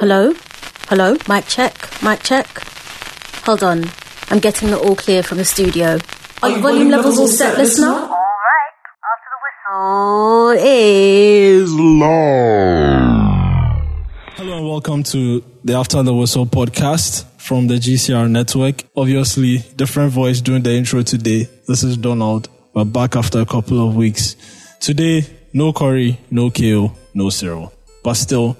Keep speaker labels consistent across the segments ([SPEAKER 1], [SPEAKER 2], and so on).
[SPEAKER 1] Hello? Hello? Mic check? Mic check? Hold on. I'm getting the all clear from the studio. Are your volume levels all set, listener?
[SPEAKER 2] Alright, after the whistle is
[SPEAKER 3] Hello and welcome to the After the Whistle podcast from the GCR network. Obviously, different voice doing the intro today. This is Donald. We're back after a couple of weeks. Today, no Corey, no KO, no Cyril. But still,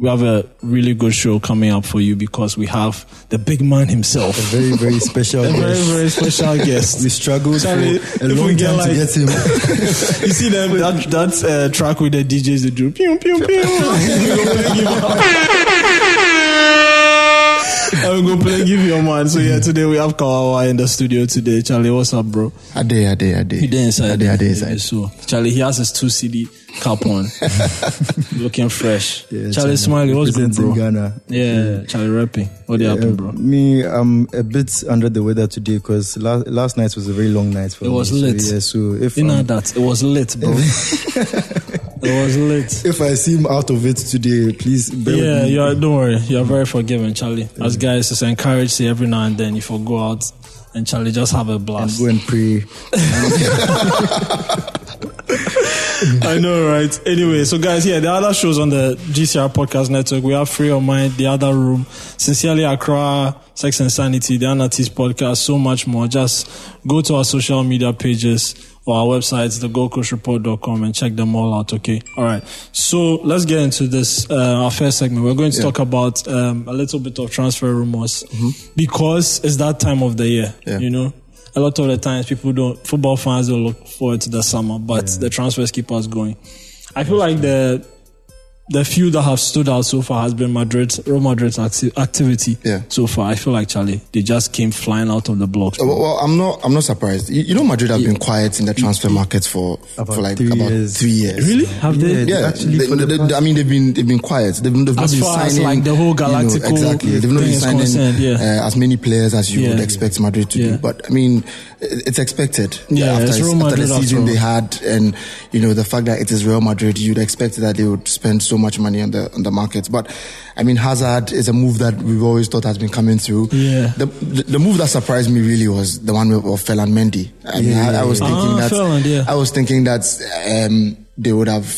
[SPEAKER 3] we have a really good show coming up for you because we have the big man himself.
[SPEAKER 4] A very, very special
[SPEAKER 3] A very,
[SPEAKER 4] guest.
[SPEAKER 3] very special guest.
[SPEAKER 4] We struggled
[SPEAKER 3] Charlie,
[SPEAKER 4] for a
[SPEAKER 3] if we
[SPEAKER 4] long
[SPEAKER 3] get
[SPEAKER 4] time
[SPEAKER 3] like-
[SPEAKER 4] to get him.
[SPEAKER 3] You see them, that, that uh, track with the DJs that do pew pew pew. I'm gonna play give your man. So yeah, today we have Kawawa in the studio today. Charlie, what's up, bro?
[SPEAKER 4] Ade, ade, ade.
[SPEAKER 3] He did inside.
[SPEAKER 4] Ade, ade, inside.
[SPEAKER 3] So Charlie, he has his two CD cap on, looking fresh. Charlie, Smiley, what's good,
[SPEAKER 4] representing
[SPEAKER 3] bro?
[SPEAKER 4] Ghana.
[SPEAKER 3] Yeah, Charlie rapping. What yeah, happened,
[SPEAKER 4] Uh,
[SPEAKER 3] bro?
[SPEAKER 4] me, I'm a bit under the weather today because last, last night was a very long night for
[SPEAKER 3] It
[SPEAKER 4] me.
[SPEAKER 3] was lit.
[SPEAKER 4] So, yeah, so if
[SPEAKER 3] You know
[SPEAKER 4] I'm-
[SPEAKER 3] that it was lit, bro. it was lit.
[SPEAKER 4] if I seem out of it today, please bear
[SPEAKER 3] Yeah,
[SPEAKER 4] with me.
[SPEAKER 3] you are, don't worry. You're very forgiving, Charlie. As guys, it's encouraged say every now and then if you go out and Charlie just have a
[SPEAKER 4] And
[SPEAKER 3] blast.
[SPEAKER 4] go and pray.
[SPEAKER 3] I know, right? Anyway, so guys, yeah, the other shows on the GCR Podcast Network, we have Free of Mind, The Other Room, Sincerely Accra, Sex and Sanity, The Anarchist Podcast, so much more. Just go to our social media pages or our websites, thegoldcoastreport.com and check them all out, okay? All right. So let's get into this, uh, our first segment. We're going to talk about um, a little bit of transfer rumors because it's that time of the year,
[SPEAKER 4] Yeah.
[SPEAKER 3] you know? a lot of the times people don't football fans don't look forward to the summer, but the transfers keep us going. I feel like the the few that have stood out so far has been Madrid, Real Madrid's acti- activity
[SPEAKER 5] Yeah.
[SPEAKER 3] so far. I feel like Charlie, they just came flying out of the blocks.
[SPEAKER 5] Uh, Well, well, I'm not. I'm not surprised. You, you know, Madrid have been quiet in the transfer market for
[SPEAKER 4] About
[SPEAKER 5] for like
[SPEAKER 4] three
[SPEAKER 5] about
[SPEAKER 4] years.
[SPEAKER 5] three years.
[SPEAKER 3] really? Have they?
[SPEAKER 4] Yeah.
[SPEAKER 5] Yeah,
[SPEAKER 4] Actually,
[SPEAKER 5] they-
[SPEAKER 4] for the
[SPEAKER 5] they-
[SPEAKER 4] past-
[SPEAKER 5] I mean, they've been they've been quiet. They've, they've not
[SPEAKER 3] As
[SPEAKER 5] been
[SPEAKER 3] far as,
[SPEAKER 5] signing
[SPEAKER 3] like, the whole
[SPEAKER 5] You
[SPEAKER 3] Galactico
[SPEAKER 5] know, exactly. They've not
[SPEAKER 3] thing
[SPEAKER 5] been
[SPEAKER 3] is
[SPEAKER 5] signing
[SPEAKER 3] concerned, yeah.
[SPEAKER 5] uh, as many players as you
[SPEAKER 3] Yeah.
[SPEAKER 5] would expect Madrid to
[SPEAKER 3] Yeah.
[SPEAKER 5] do. But I mean, it- it's expected.
[SPEAKER 3] Yeah,
[SPEAKER 5] after,
[SPEAKER 3] it's Real
[SPEAKER 5] after
[SPEAKER 3] Madrid
[SPEAKER 5] the
[SPEAKER 3] after all.
[SPEAKER 5] season they had, and you know the fact that it is Real Madrid, you'd expect that they would spend so much money on the on the market. But I mean, Hazard is a move that we've always thought has been coming through.
[SPEAKER 3] Yeah.
[SPEAKER 5] The, the, the move that surprised me really was the one of Felan Mendy. I mean, I, I was thinking
[SPEAKER 3] Ah,
[SPEAKER 5] that
[SPEAKER 3] Ferland, yeah.
[SPEAKER 5] I was thinking that um, they would have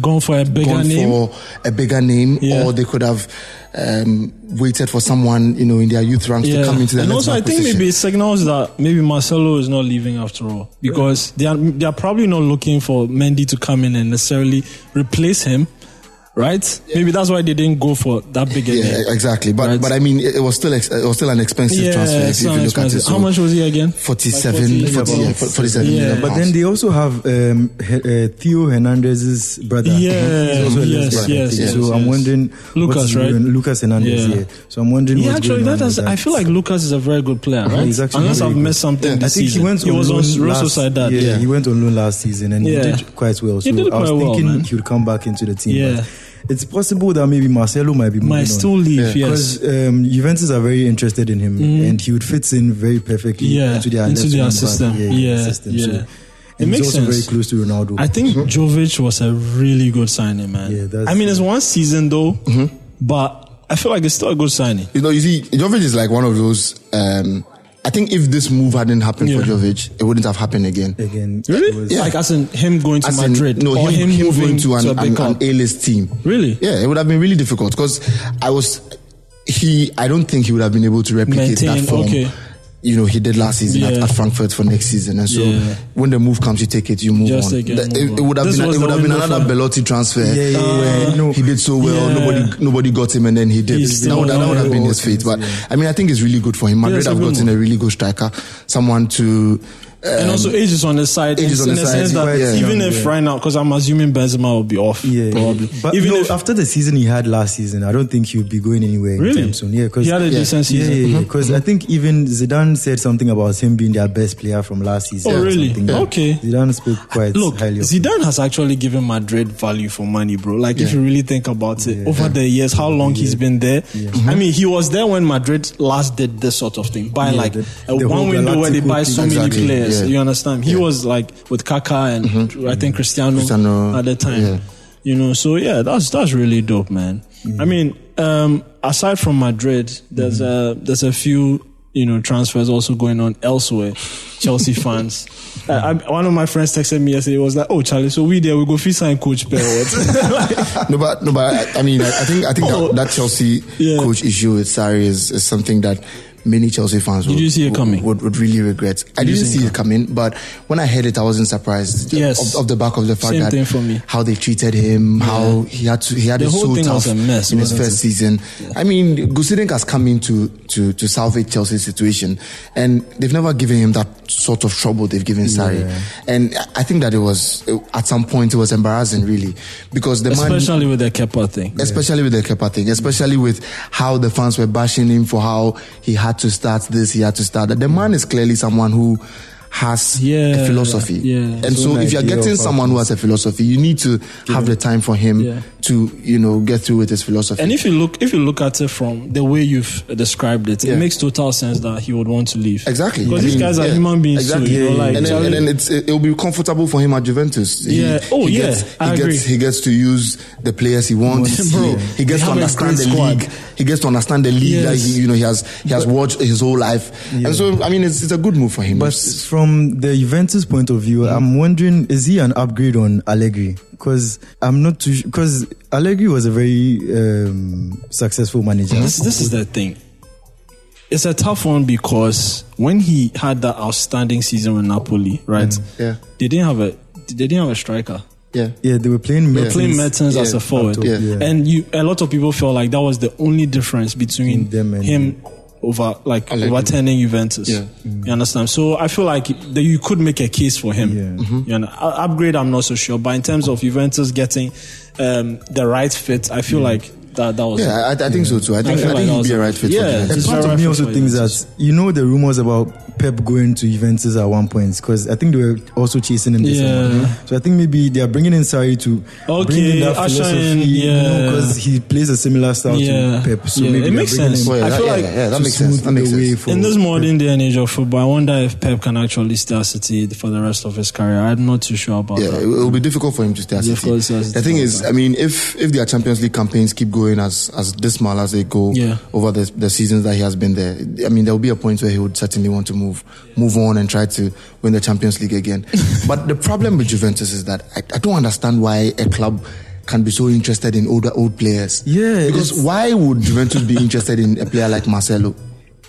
[SPEAKER 3] Gone for a bigger
[SPEAKER 5] gone
[SPEAKER 3] name.
[SPEAKER 5] for a bigger name,
[SPEAKER 3] Yeah.
[SPEAKER 5] or they could have um, waited for someone you know in their youth ranks to come into the
[SPEAKER 3] and
[SPEAKER 5] left
[SPEAKER 3] also
[SPEAKER 5] back
[SPEAKER 3] I think
[SPEAKER 5] position.
[SPEAKER 3] maybe it signals that maybe Marcelo is not leaving after all because they are they are probably not looking for Mendy to come in and necessarily replace him, right? Maybe that's why they didn't go for that big a name.
[SPEAKER 5] yeah, e-, exactly. But
[SPEAKER 3] Right.
[SPEAKER 5] but I mean, it, it was still ex- it was still an expensive
[SPEAKER 3] Yeah,
[SPEAKER 5] transfer if,
[SPEAKER 3] it's
[SPEAKER 5] you- if
[SPEAKER 3] not
[SPEAKER 5] you look
[SPEAKER 3] expensive.
[SPEAKER 5] at it. So
[SPEAKER 3] How much was he again?
[SPEAKER 5] 47,
[SPEAKER 3] Like
[SPEAKER 5] 40, yeah,
[SPEAKER 3] about-
[SPEAKER 5] 47
[SPEAKER 3] Yeah.
[SPEAKER 5] million
[SPEAKER 4] But
[SPEAKER 5] pounds.
[SPEAKER 4] then they also have um, he, uh, Theo Hernandez's brother.
[SPEAKER 3] Yeah,
[SPEAKER 4] He's also a
[SPEAKER 3] yes,
[SPEAKER 4] left back, I
[SPEAKER 3] yes,
[SPEAKER 4] think.
[SPEAKER 3] yes,
[SPEAKER 4] So I'm
[SPEAKER 3] yes.
[SPEAKER 4] wondering
[SPEAKER 3] Lucas,
[SPEAKER 4] what's
[SPEAKER 3] right?
[SPEAKER 4] going- Lucas Hernandez.
[SPEAKER 3] Yeah.
[SPEAKER 4] Yeah. So I'm wondering.
[SPEAKER 3] He
[SPEAKER 4] what's
[SPEAKER 3] actually,
[SPEAKER 4] going
[SPEAKER 3] that
[SPEAKER 4] on
[SPEAKER 3] has,
[SPEAKER 4] with
[SPEAKER 3] I
[SPEAKER 4] that.
[SPEAKER 3] feel like Lucas is a very good player,
[SPEAKER 4] Yeah,
[SPEAKER 3] right?
[SPEAKER 4] he's actually
[SPEAKER 3] Unless
[SPEAKER 4] very
[SPEAKER 3] I've
[SPEAKER 4] good.
[SPEAKER 3] missed something
[SPEAKER 4] I
[SPEAKER 3] this
[SPEAKER 4] think
[SPEAKER 3] season.
[SPEAKER 4] he went. on
[SPEAKER 3] was on
[SPEAKER 4] loan
[SPEAKER 3] Real
[SPEAKER 4] last-
[SPEAKER 3] Sociedad.
[SPEAKER 4] Yeah, he went on loan last season and
[SPEAKER 3] Yeah.
[SPEAKER 4] he did quite well.
[SPEAKER 3] He
[SPEAKER 4] So
[SPEAKER 3] did
[SPEAKER 4] I was
[SPEAKER 3] quite well,
[SPEAKER 4] thinking
[SPEAKER 3] man.
[SPEAKER 4] he would come back into the team.
[SPEAKER 3] Yeah.
[SPEAKER 4] but It's possible that maybe Marcelo might be moving
[SPEAKER 3] might
[SPEAKER 4] on.
[SPEAKER 3] still leave, yes. Mm-hmm.
[SPEAKER 4] Because um, Juventus are very interested in him, and he would fit in very perfectly
[SPEAKER 3] Yeah,
[SPEAKER 4] into their,
[SPEAKER 3] into
[SPEAKER 4] left
[SPEAKER 3] their
[SPEAKER 4] wing back,
[SPEAKER 3] system. Yeah, yeah.
[SPEAKER 4] So,
[SPEAKER 3] It
[SPEAKER 4] and
[SPEAKER 3] makes
[SPEAKER 4] he's also
[SPEAKER 3] sense.
[SPEAKER 4] very close to Ronaldo.
[SPEAKER 3] I think Jovic was a really good signing, man.
[SPEAKER 4] Yeah, that's-
[SPEAKER 3] I mean, it's one season though, but I feel like it's still a good signing.
[SPEAKER 5] you know, you see, Jovic is like one of those. Um, I think if this move hadn't happened for
[SPEAKER 3] Yeah.
[SPEAKER 5] Jovic, it wouldn't have happened again.
[SPEAKER 4] again. it
[SPEAKER 3] Really?
[SPEAKER 4] was-
[SPEAKER 3] Like as in him going to
[SPEAKER 5] As in,
[SPEAKER 3] Madrid
[SPEAKER 5] no,
[SPEAKER 3] or him,
[SPEAKER 5] him, him
[SPEAKER 3] moving
[SPEAKER 5] going to an,
[SPEAKER 3] a big
[SPEAKER 5] an, an
[SPEAKER 3] club.
[SPEAKER 5] A-list team.
[SPEAKER 3] Really?
[SPEAKER 5] Yeah, it would have been really difficult because I was he. I don't think he would have been able to replicate
[SPEAKER 3] Maintain,
[SPEAKER 5] that form.
[SPEAKER 3] okay.
[SPEAKER 5] You know, he did last season at,
[SPEAKER 3] Yeah.
[SPEAKER 5] at Frankfurt for next season, and so
[SPEAKER 3] Yeah.
[SPEAKER 5] when the move comes, you take it, you move
[SPEAKER 3] Just
[SPEAKER 5] on.
[SPEAKER 3] take it and
[SPEAKER 5] The-
[SPEAKER 3] move
[SPEAKER 5] it, it would have
[SPEAKER 3] on. This
[SPEAKER 5] been
[SPEAKER 3] was
[SPEAKER 5] it would
[SPEAKER 3] the
[SPEAKER 5] have been
[SPEAKER 3] window
[SPEAKER 5] another
[SPEAKER 3] for-
[SPEAKER 5] Belotti transfer.
[SPEAKER 4] yeah, yeah, yeah, yeah. No,
[SPEAKER 5] He did so well.
[SPEAKER 3] Yeah.
[SPEAKER 5] Nobody nobody got him, and then he did.
[SPEAKER 3] He's
[SPEAKER 5] That would,
[SPEAKER 3] still
[SPEAKER 5] that would have
[SPEAKER 3] not-
[SPEAKER 5] been his fate. But I mean, I think it's really good for him. Madrid
[SPEAKER 3] it's a
[SPEAKER 5] have
[SPEAKER 3] good
[SPEAKER 5] gotten
[SPEAKER 3] move.
[SPEAKER 5] a really good striker, someone to. uh,
[SPEAKER 3] and also age is on the side.
[SPEAKER 5] Age is
[SPEAKER 3] in
[SPEAKER 5] on
[SPEAKER 3] the
[SPEAKER 5] the side,
[SPEAKER 3] sense that
[SPEAKER 5] yeah.
[SPEAKER 3] even
[SPEAKER 4] Yeah.
[SPEAKER 3] if right now, because I'm assuming Benzema will be off,
[SPEAKER 4] Yeah,
[SPEAKER 3] probably.
[SPEAKER 4] But
[SPEAKER 3] even
[SPEAKER 4] no,
[SPEAKER 3] if
[SPEAKER 4] after the season he had last season, I don't think he would be going anywhere
[SPEAKER 3] Really?
[SPEAKER 4] anytime soon. Yeah, because
[SPEAKER 3] he had a
[SPEAKER 5] yeah.
[SPEAKER 3] decent
[SPEAKER 4] yeah,
[SPEAKER 3] season. Uh-huh.
[SPEAKER 4] because I think even Zidane said something about him being their best player from last season.
[SPEAKER 3] Oh,
[SPEAKER 4] or
[SPEAKER 3] really?
[SPEAKER 4] something.
[SPEAKER 3] Okay.
[SPEAKER 4] Zidane spoke quite
[SPEAKER 3] Look,
[SPEAKER 4] highly. of him.
[SPEAKER 3] Zidane has actually given Madrid value for money, bro. Like, if you really think about it, over the years, how long he's been there. I mean, he was there when Madrid last did this sort of thing, buy
[SPEAKER 4] Yeah,
[SPEAKER 3] like
[SPEAKER 4] the-
[SPEAKER 3] a
[SPEAKER 4] the
[SPEAKER 3] one
[SPEAKER 4] whole
[SPEAKER 3] window where they
[SPEAKER 4] Galactico
[SPEAKER 3] buy
[SPEAKER 4] thing.
[SPEAKER 3] so
[SPEAKER 5] Exactly,
[SPEAKER 3] many players.
[SPEAKER 5] yeah. Mm-hmm.
[SPEAKER 3] You understand? He was like with Kaká and I think Cristiano,
[SPEAKER 5] Cristiano,
[SPEAKER 3] at the time.
[SPEAKER 5] yeah. Mm.
[SPEAKER 3] You know, so yeah, that's that's really dope, man. I mean, um, aside from Madrid, there's
[SPEAKER 5] Mm-hmm.
[SPEAKER 3] a there's a few you know transfers also going on elsewhere. Chelsea fans. I, I, one of my friends texted me yesterday. Was like, "Oh, Charlie, so we there? We go fit sign coach Bell."
[SPEAKER 5] No, but no, but I, I mean, I, I think I think
[SPEAKER 3] Oh.
[SPEAKER 5] that, that Chelsea
[SPEAKER 3] Yeah.
[SPEAKER 5] coach issue with Sarri is, is something that many Chelsea fans would,
[SPEAKER 3] you see it coming?
[SPEAKER 5] Would, would really regret. I didn't see it coming, but when I heard it, I wasn't surprised.
[SPEAKER 3] Yes.
[SPEAKER 5] off, off the back of the fact
[SPEAKER 3] Same
[SPEAKER 5] that
[SPEAKER 3] thing for me.
[SPEAKER 5] how they treated him, how he had to he had
[SPEAKER 3] The
[SPEAKER 5] it
[SPEAKER 3] whole
[SPEAKER 5] so
[SPEAKER 3] thing
[SPEAKER 5] tough
[SPEAKER 3] was a mess,
[SPEAKER 5] in his
[SPEAKER 3] wasn't
[SPEAKER 5] first season. I mean, Gusidink has come in to, to to salvage Chelsea's situation, and they've never given him that sort of trouble they've given Sarri. And I- I think that it was at some point it was embarrassing, really, because the man
[SPEAKER 3] Especially with the Kepa thing.
[SPEAKER 5] especially with the Kepa thing, especially with how the fans were bashing him for how he had to start this, he had to start that. The man is clearly someone who has
[SPEAKER 3] Yeah,
[SPEAKER 5] a philosophy.
[SPEAKER 3] yeah.
[SPEAKER 5] And so,
[SPEAKER 4] So
[SPEAKER 5] if you're
[SPEAKER 4] Nigeria
[SPEAKER 5] getting
[SPEAKER 4] of
[SPEAKER 5] someone who has a philosophy, you need to have the time for him
[SPEAKER 3] Yeah.
[SPEAKER 5] to, you know, get through with his philosophy.
[SPEAKER 3] And if you look, if you look at it from the way you've described it,
[SPEAKER 5] Yeah.
[SPEAKER 3] it makes total sense that he would want to leave.
[SPEAKER 5] Exactly.
[SPEAKER 3] because
[SPEAKER 5] I
[SPEAKER 3] these
[SPEAKER 5] mean,
[SPEAKER 3] guys are
[SPEAKER 5] yeah.
[SPEAKER 3] human beings too.
[SPEAKER 5] Exactly.
[SPEAKER 3] You know, like
[SPEAKER 5] and, then,
[SPEAKER 3] Charlie-
[SPEAKER 5] and then it's, it, will be comfortable for him at Juventus. He-
[SPEAKER 3] Yeah. Oh,
[SPEAKER 5] he
[SPEAKER 3] yeah.
[SPEAKER 5] Gets, he
[SPEAKER 3] I
[SPEAKER 5] gets
[SPEAKER 3] agree.
[SPEAKER 5] he gets to use the players he wants.
[SPEAKER 3] Bro,
[SPEAKER 5] he, he gets
[SPEAKER 3] they
[SPEAKER 5] to
[SPEAKER 3] have a
[SPEAKER 5] understand
[SPEAKER 3] great
[SPEAKER 5] the
[SPEAKER 3] squad.
[SPEAKER 5] league. He gets to understand the league that
[SPEAKER 3] Yes.
[SPEAKER 5] he, you know he has he has watched his whole life. And so I mean it's, it's a good move for him.
[SPEAKER 4] But
[SPEAKER 5] It's-
[SPEAKER 4] from the Juventus point of view,
[SPEAKER 3] Mm.
[SPEAKER 4] I'm wondering is he an upgrade on Allegri? Because I'm not too because Allegri was a very um, successful manager.
[SPEAKER 3] This, this is the thing. It's a tough one because when he had that outstanding season with Napoli, right?
[SPEAKER 5] Mm, yeah.
[SPEAKER 3] They didn't have a they didn't have a striker.
[SPEAKER 5] Yeah.
[SPEAKER 4] Yeah, they were playing
[SPEAKER 3] They're
[SPEAKER 4] Mertens.
[SPEAKER 3] playing Mertens as
[SPEAKER 5] Yeah,
[SPEAKER 3] a forward,
[SPEAKER 4] up top, Yeah. yeah.
[SPEAKER 3] and you a lot of people felt like that was the only difference between
[SPEAKER 4] Between them and-
[SPEAKER 3] him over like
[SPEAKER 5] Allegri.
[SPEAKER 3] overturning Juventus.
[SPEAKER 5] Yeah.
[SPEAKER 3] You understand? So I feel like that you could make a case for him.
[SPEAKER 4] Yeah.
[SPEAKER 5] Mm-hmm.
[SPEAKER 3] You know, u- upgrade I'm not so sure, but in terms of Juventus getting um, the right fit, I feel like that that was
[SPEAKER 5] Mm. Yeah, I, I think so too. I think,
[SPEAKER 3] feel
[SPEAKER 5] I think
[SPEAKER 3] like that
[SPEAKER 5] he'd
[SPEAKER 3] was
[SPEAKER 5] be
[SPEAKER 3] a-
[SPEAKER 5] a right fit
[SPEAKER 3] Yeah.
[SPEAKER 5] for Juventus.
[SPEAKER 4] And
[SPEAKER 3] It's
[SPEAKER 4] part
[SPEAKER 3] not
[SPEAKER 4] of me
[SPEAKER 3] right
[SPEAKER 4] also
[SPEAKER 3] for
[SPEAKER 4] thinks
[SPEAKER 3] Juventus.
[SPEAKER 4] that you know the rumors about Pep going to Juventus at one point because I think they were also chasing him. this
[SPEAKER 3] Yeah.
[SPEAKER 4] summer. So I think maybe they are bringing in Sarri to bring
[SPEAKER 3] Okay,
[SPEAKER 4] in that
[SPEAKER 3] usher
[SPEAKER 4] philosophy,
[SPEAKER 3] in, yeah.
[SPEAKER 4] because he plays a similar style
[SPEAKER 3] Yeah.
[SPEAKER 4] to Pep. So
[SPEAKER 3] Yeah,
[SPEAKER 4] maybe
[SPEAKER 3] it
[SPEAKER 4] they're
[SPEAKER 3] makes
[SPEAKER 4] bringing
[SPEAKER 3] sense.
[SPEAKER 4] him
[SPEAKER 5] Well, yeah,
[SPEAKER 3] I
[SPEAKER 5] that,
[SPEAKER 3] feel
[SPEAKER 5] yeah,
[SPEAKER 3] like
[SPEAKER 5] yeah, that
[SPEAKER 4] to
[SPEAKER 5] makes sense.
[SPEAKER 4] smooth
[SPEAKER 5] That makes
[SPEAKER 4] the way
[SPEAKER 5] sense.
[SPEAKER 4] for
[SPEAKER 3] in this
[SPEAKER 4] Pep.
[SPEAKER 3] modern day and age of football, I wonder if Pep can actually stay at City for the rest of his career. I'm not too sure about
[SPEAKER 5] Yeah,
[SPEAKER 3] that.
[SPEAKER 5] it will be difficult for him to stay at City.
[SPEAKER 3] Difficult, yes,
[SPEAKER 5] The thing is, I mean, if if their Champions League campaigns keep going as as dismal as they go
[SPEAKER 3] Yeah.
[SPEAKER 5] over the the seasons that he has been there, I mean, there will be a point where he would certainly want to move move on and try to win the Champions League again. but the problem with Juventus is that I, I don't understand why a club can be so interested in older old players.
[SPEAKER 4] Yeah,
[SPEAKER 5] because
[SPEAKER 4] it's-
[SPEAKER 5] why would Juventus be interested in a player like Marcelo?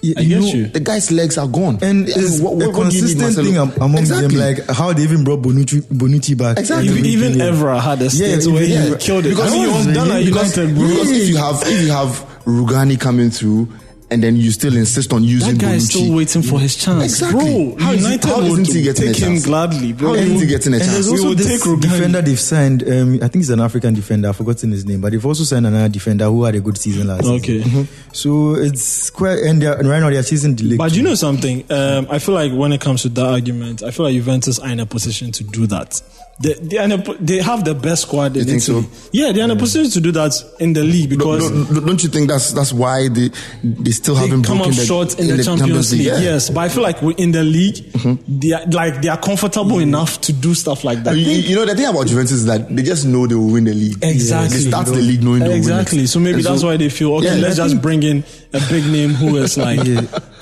[SPEAKER 4] You-
[SPEAKER 3] I
[SPEAKER 4] you
[SPEAKER 3] get
[SPEAKER 4] know,
[SPEAKER 3] you.
[SPEAKER 5] The guy's legs are gone,
[SPEAKER 4] And
[SPEAKER 5] I mean,
[SPEAKER 4] it's
[SPEAKER 5] what- what-
[SPEAKER 4] a
[SPEAKER 5] what do you need
[SPEAKER 4] consistent
[SPEAKER 5] Marcelo?
[SPEAKER 4] thing am- among
[SPEAKER 5] Exactly.
[SPEAKER 4] them, like how they even brought Bonucci, Bonucci back.
[SPEAKER 5] Exactly.
[SPEAKER 4] Every
[SPEAKER 3] Even, even
[SPEAKER 4] player.
[SPEAKER 3] Evra had a
[SPEAKER 4] Yeah,
[SPEAKER 3] stage where
[SPEAKER 4] yeah.
[SPEAKER 3] he killed it.
[SPEAKER 5] Because
[SPEAKER 3] I mean, he was
[SPEAKER 4] really-
[SPEAKER 3] done at
[SPEAKER 5] because,
[SPEAKER 3] United, bro.
[SPEAKER 5] because if you have if you have Rugani coming through and then you still insist on using
[SPEAKER 3] That guy is
[SPEAKER 5] Bonucci,
[SPEAKER 3] still waiting for his chance,
[SPEAKER 5] Exactly.
[SPEAKER 3] bro.
[SPEAKER 5] How is he-
[SPEAKER 3] United
[SPEAKER 5] how
[SPEAKER 3] would
[SPEAKER 5] isn't he getting
[SPEAKER 3] take
[SPEAKER 5] a
[SPEAKER 3] him
[SPEAKER 5] chance?
[SPEAKER 3] gladly, bro.
[SPEAKER 5] How isn't he getting a
[SPEAKER 4] And
[SPEAKER 5] chance?
[SPEAKER 4] there's
[SPEAKER 3] We
[SPEAKER 4] also
[SPEAKER 3] would
[SPEAKER 4] this
[SPEAKER 3] take Rugani.
[SPEAKER 4] defender they've signed. Um, I think he's an African defender. I've forgotten his name, but they've also signed another defender who had a good season last.
[SPEAKER 3] Okay.
[SPEAKER 4] season. So it's quite and, they're- and right now their season delayed.
[SPEAKER 3] But you know something? Um, I feel like when it comes to that argument, I feel like Juventus are in a position to do that. They, they, are in a, po- they have the best squad in
[SPEAKER 5] think so?
[SPEAKER 3] Italy. Yeah, they're in a position to do that in the league because
[SPEAKER 5] Don't, don't- don't you think that's that's why they they still
[SPEAKER 3] they
[SPEAKER 5] haven't
[SPEAKER 3] come
[SPEAKER 5] broken
[SPEAKER 3] up
[SPEAKER 5] the, Mm-hmm.
[SPEAKER 3] short in, the, Champions League. Yes, but I feel like we in the league, they are, like they are comfortable enough to do stuff like that.
[SPEAKER 5] You, Mm-hmm. you- you know the thing about Juventus is that they just know they will win the league.
[SPEAKER 3] Exactly.
[SPEAKER 5] They start the league knowing they will win it.
[SPEAKER 3] exactly. So maybe
[SPEAKER 5] And
[SPEAKER 3] that's why they feel okay.
[SPEAKER 5] Yeah,
[SPEAKER 3] let's
[SPEAKER 5] I
[SPEAKER 3] just bring in a big name who is like,
[SPEAKER 4] Yeah.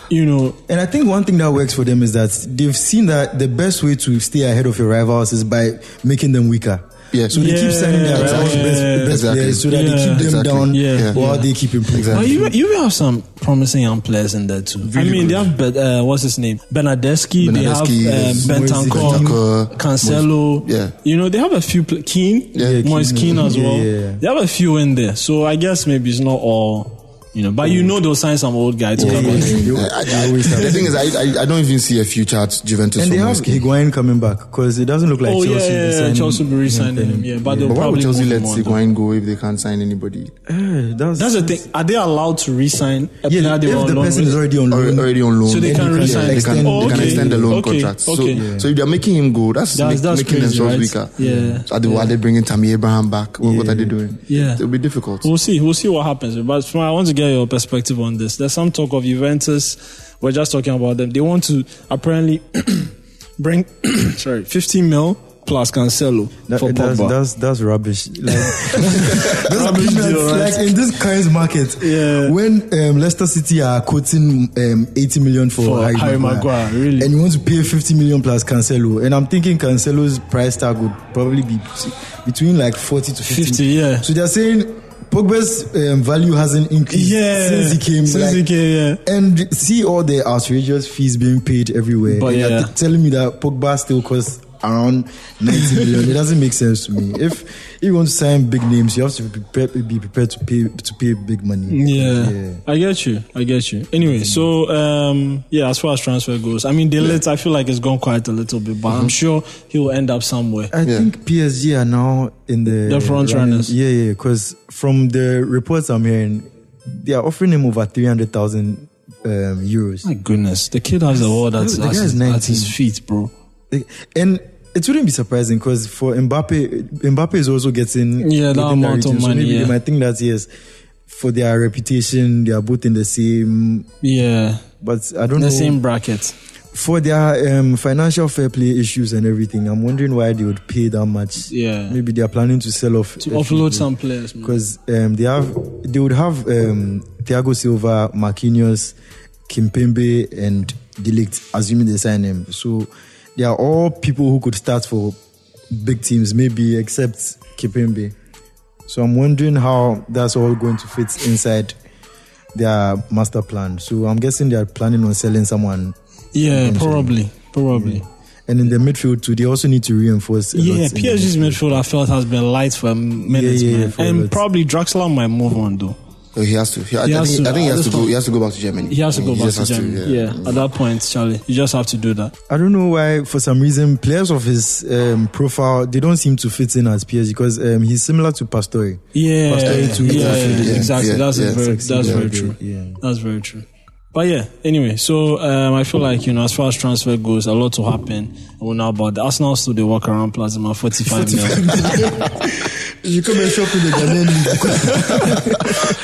[SPEAKER 3] you know,
[SPEAKER 4] And I think one thing that works for them is that they've seen that the best way to stay ahead of your rivals is by making them weaker.
[SPEAKER 5] Yeah.
[SPEAKER 4] So they keep signing their
[SPEAKER 5] Exactly.
[SPEAKER 4] rivals' best, best
[SPEAKER 5] Exactly.
[SPEAKER 4] players so that they
[SPEAKER 3] Yeah.
[SPEAKER 4] keep them
[SPEAKER 5] Exactly.
[SPEAKER 4] down
[SPEAKER 3] Yeah.
[SPEAKER 4] while
[SPEAKER 3] Yeah.
[SPEAKER 4] they keep improving.
[SPEAKER 5] Exactly.
[SPEAKER 3] But you you have some promising young players in there too. I mean, they have Be- uh, what's his name, Benadeski. They have
[SPEAKER 5] Bernardeschi,
[SPEAKER 3] uh,
[SPEAKER 5] yes.
[SPEAKER 3] Bentancur,
[SPEAKER 5] Bentancur,
[SPEAKER 3] Cancelo.
[SPEAKER 5] Moise- yeah.
[SPEAKER 3] you know they have a few pl- Keane,
[SPEAKER 5] Yeah,
[SPEAKER 3] Moise
[SPEAKER 4] Keane.
[SPEAKER 3] Keane as
[SPEAKER 4] Yeah,
[SPEAKER 3] well.
[SPEAKER 4] yeah, yeah.
[SPEAKER 3] They have a few in there. So I guess maybe it's not all, you know. But you know they'll sign some old guy to come on.
[SPEAKER 4] You-
[SPEAKER 5] I- I-
[SPEAKER 4] you always have-
[SPEAKER 5] the thing is, I, I I don't even see a future at Juventus.
[SPEAKER 4] And
[SPEAKER 5] for
[SPEAKER 4] they have
[SPEAKER 5] Moise Kean.
[SPEAKER 4] Higuain coming back because it doesn't look like
[SPEAKER 3] Oh yeah,
[SPEAKER 4] Chelsea.
[SPEAKER 3] yeah, yeah,
[SPEAKER 4] signing
[SPEAKER 3] Chelsea will be
[SPEAKER 4] him.
[SPEAKER 3] re-signing him. Yeah, but they'll
[SPEAKER 5] But why would
[SPEAKER 3] probably
[SPEAKER 5] Chelsea
[SPEAKER 3] move
[SPEAKER 5] let
[SPEAKER 3] him on, though.
[SPEAKER 5] Higuain go if they can't sign anybody?
[SPEAKER 4] Eh, that's,
[SPEAKER 3] That's the thing. Are they allowed to resign a
[SPEAKER 4] Yeah,
[SPEAKER 3] player they were
[SPEAKER 4] if
[SPEAKER 3] on
[SPEAKER 4] the
[SPEAKER 3] loan
[SPEAKER 4] person
[SPEAKER 3] with?
[SPEAKER 4] is already on
[SPEAKER 5] Al-
[SPEAKER 4] loan,
[SPEAKER 5] already on loan.
[SPEAKER 3] So they
[SPEAKER 5] Yeah,
[SPEAKER 3] can
[SPEAKER 4] resign.
[SPEAKER 5] Mm-hmm. They can,
[SPEAKER 4] Oh,
[SPEAKER 5] they can
[SPEAKER 4] okay.
[SPEAKER 5] extend the loan
[SPEAKER 3] Okay.
[SPEAKER 5] contract. So,
[SPEAKER 3] Okay.
[SPEAKER 5] so if they're making him go, that's,
[SPEAKER 3] That's-
[SPEAKER 5] make-
[SPEAKER 3] that's
[SPEAKER 5] making
[SPEAKER 3] crazy,
[SPEAKER 5] themselves
[SPEAKER 3] right?
[SPEAKER 5] weaker.
[SPEAKER 3] Yeah.
[SPEAKER 5] So are they, are they bringing Tammy Abraham back? What, what are they doing?
[SPEAKER 3] Yeah.
[SPEAKER 5] It'll be difficult.
[SPEAKER 3] We'll see. We'll see what happens. But from, I want to get your perspective on this. There's some talk of Juventus. We're just talking about them. They want to apparently bring, sorry, 15 mil plus Cancelo
[SPEAKER 4] That-
[SPEAKER 3] for
[SPEAKER 4] that's,
[SPEAKER 3] Pogba.
[SPEAKER 4] that's that's rubbish. Like, those
[SPEAKER 3] Rubbish
[SPEAKER 4] peanuts,
[SPEAKER 3] deal, right?
[SPEAKER 4] like in this current market,
[SPEAKER 3] Yeah.
[SPEAKER 4] when um, Leicester City are quoting um, 80 million for,
[SPEAKER 3] For
[SPEAKER 4] Harry,
[SPEAKER 3] Harry
[SPEAKER 4] Maguire,
[SPEAKER 3] Maguire, really.
[SPEAKER 4] and you want to pay 50 million plus Cancelo, and I'm thinking Cancelo's price tag would probably be between like 40 to 50.
[SPEAKER 3] 50, yeah.
[SPEAKER 4] So they're saying Pogba's um, value hasn't increased
[SPEAKER 3] yeah,
[SPEAKER 4] since he came.
[SPEAKER 3] since
[SPEAKER 4] like,
[SPEAKER 3] he came, yeah.
[SPEAKER 4] and see all the outrageous fees being paid everywhere.
[SPEAKER 3] But
[SPEAKER 4] and you're
[SPEAKER 3] yeah.
[SPEAKER 4] t- telling me that Pogba still costs around 90 million. it doesn't make sense to me. If, if you want to sign big names, you have to be prepared, be prepared to pay to pay big money.
[SPEAKER 3] Yeah, I get you. I get you. Anyway, so um, yeah, as far as transfer goes, I mean, the let I feel like it's gone quite a little bit, but
[SPEAKER 4] Mm-hmm.
[SPEAKER 3] I'm sure he will end up somewhere.
[SPEAKER 4] I think PSG are now in the
[SPEAKER 3] They're front
[SPEAKER 4] running-
[SPEAKER 3] runners.
[SPEAKER 4] Yeah, yeah. Because from the reports I'm hearing, they are offering him over 300,000 um, euros.
[SPEAKER 3] My goodness, the kid has the world at,
[SPEAKER 4] The guy
[SPEAKER 3] at,
[SPEAKER 4] is
[SPEAKER 3] his, at
[SPEAKER 4] 19.
[SPEAKER 3] his feet, bro.
[SPEAKER 4] And it wouldn't be surprising because for Mbappe, Mbappe is also getting
[SPEAKER 3] Yeah, that
[SPEAKER 4] within
[SPEAKER 3] amount of
[SPEAKER 4] region, so
[SPEAKER 3] money,
[SPEAKER 4] maybe
[SPEAKER 3] yeah.
[SPEAKER 4] they might think that yes, for their reputation, they are both in the same.
[SPEAKER 3] Yeah,
[SPEAKER 4] But I don't
[SPEAKER 3] in
[SPEAKER 4] know
[SPEAKER 3] the same bracket.
[SPEAKER 4] for their um, financial fair play issues and everything. I'm wondering why they would pay that much.
[SPEAKER 3] Yeah.
[SPEAKER 4] maybe they are planning to sell off
[SPEAKER 3] To offload some players, man.
[SPEAKER 4] because um, they have they would have um, Thiago Silva, Marquinhos, Kimpembe, and Delict, assuming they sign him. So they are all people who could start for big teams, maybe except Kimpembe. So I'm wondering how that's all going to fit inside their master plan. So I'm guessing they are planning on selling someone.
[SPEAKER 3] Yeah,
[SPEAKER 4] Sometimes,
[SPEAKER 3] probably, probably.
[SPEAKER 4] And in the midfield too, they also need to reinforce. a lot
[SPEAKER 3] Yeah,
[SPEAKER 4] in the
[SPEAKER 3] PSG's midfield I felt has been light for minutes,
[SPEAKER 4] Yeah, yeah, yeah,
[SPEAKER 3] man,
[SPEAKER 4] for a
[SPEAKER 3] and
[SPEAKER 4] bit.
[SPEAKER 3] probably Draxler might move on though.
[SPEAKER 5] So he has to. He, I,
[SPEAKER 3] He
[SPEAKER 5] I
[SPEAKER 3] has
[SPEAKER 5] think,
[SPEAKER 3] to.
[SPEAKER 5] I think he
[SPEAKER 3] At
[SPEAKER 5] has to
[SPEAKER 3] this
[SPEAKER 5] go.
[SPEAKER 3] point-
[SPEAKER 5] He has to go back to Germany.
[SPEAKER 3] He has to go back
[SPEAKER 5] just
[SPEAKER 3] to
[SPEAKER 5] has
[SPEAKER 3] Germany. yeah. at that point, Charlie, you just have to do that.
[SPEAKER 4] I don't know why, for some reason, players of his um, profile they don't seem to fit in at PSG because um, he's similar to Pastore.
[SPEAKER 3] Yeah,
[SPEAKER 4] Pastor
[SPEAKER 3] yeah,
[SPEAKER 4] Itu, yeah,
[SPEAKER 5] yeah,
[SPEAKER 3] exactly.
[SPEAKER 5] yeah,
[SPEAKER 3] that's a
[SPEAKER 5] yeah.
[SPEAKER 3] very, that's
[SPEAKER 4] Yeah,
[SPEAKER 3] very
[SPEAKER 4] they-
[SPEAKER 3] true.
[SPEAKER 4] yeah.
[SPEAKER 3] That's very true. But yeah, anyway, so um, I feel like you know, as far as transfer goes, a lot to happen. We'll know about the Arsenal still they walk around plasma forty five mil.
[SPEAKER 4] You come and shop in the Ghanaian league.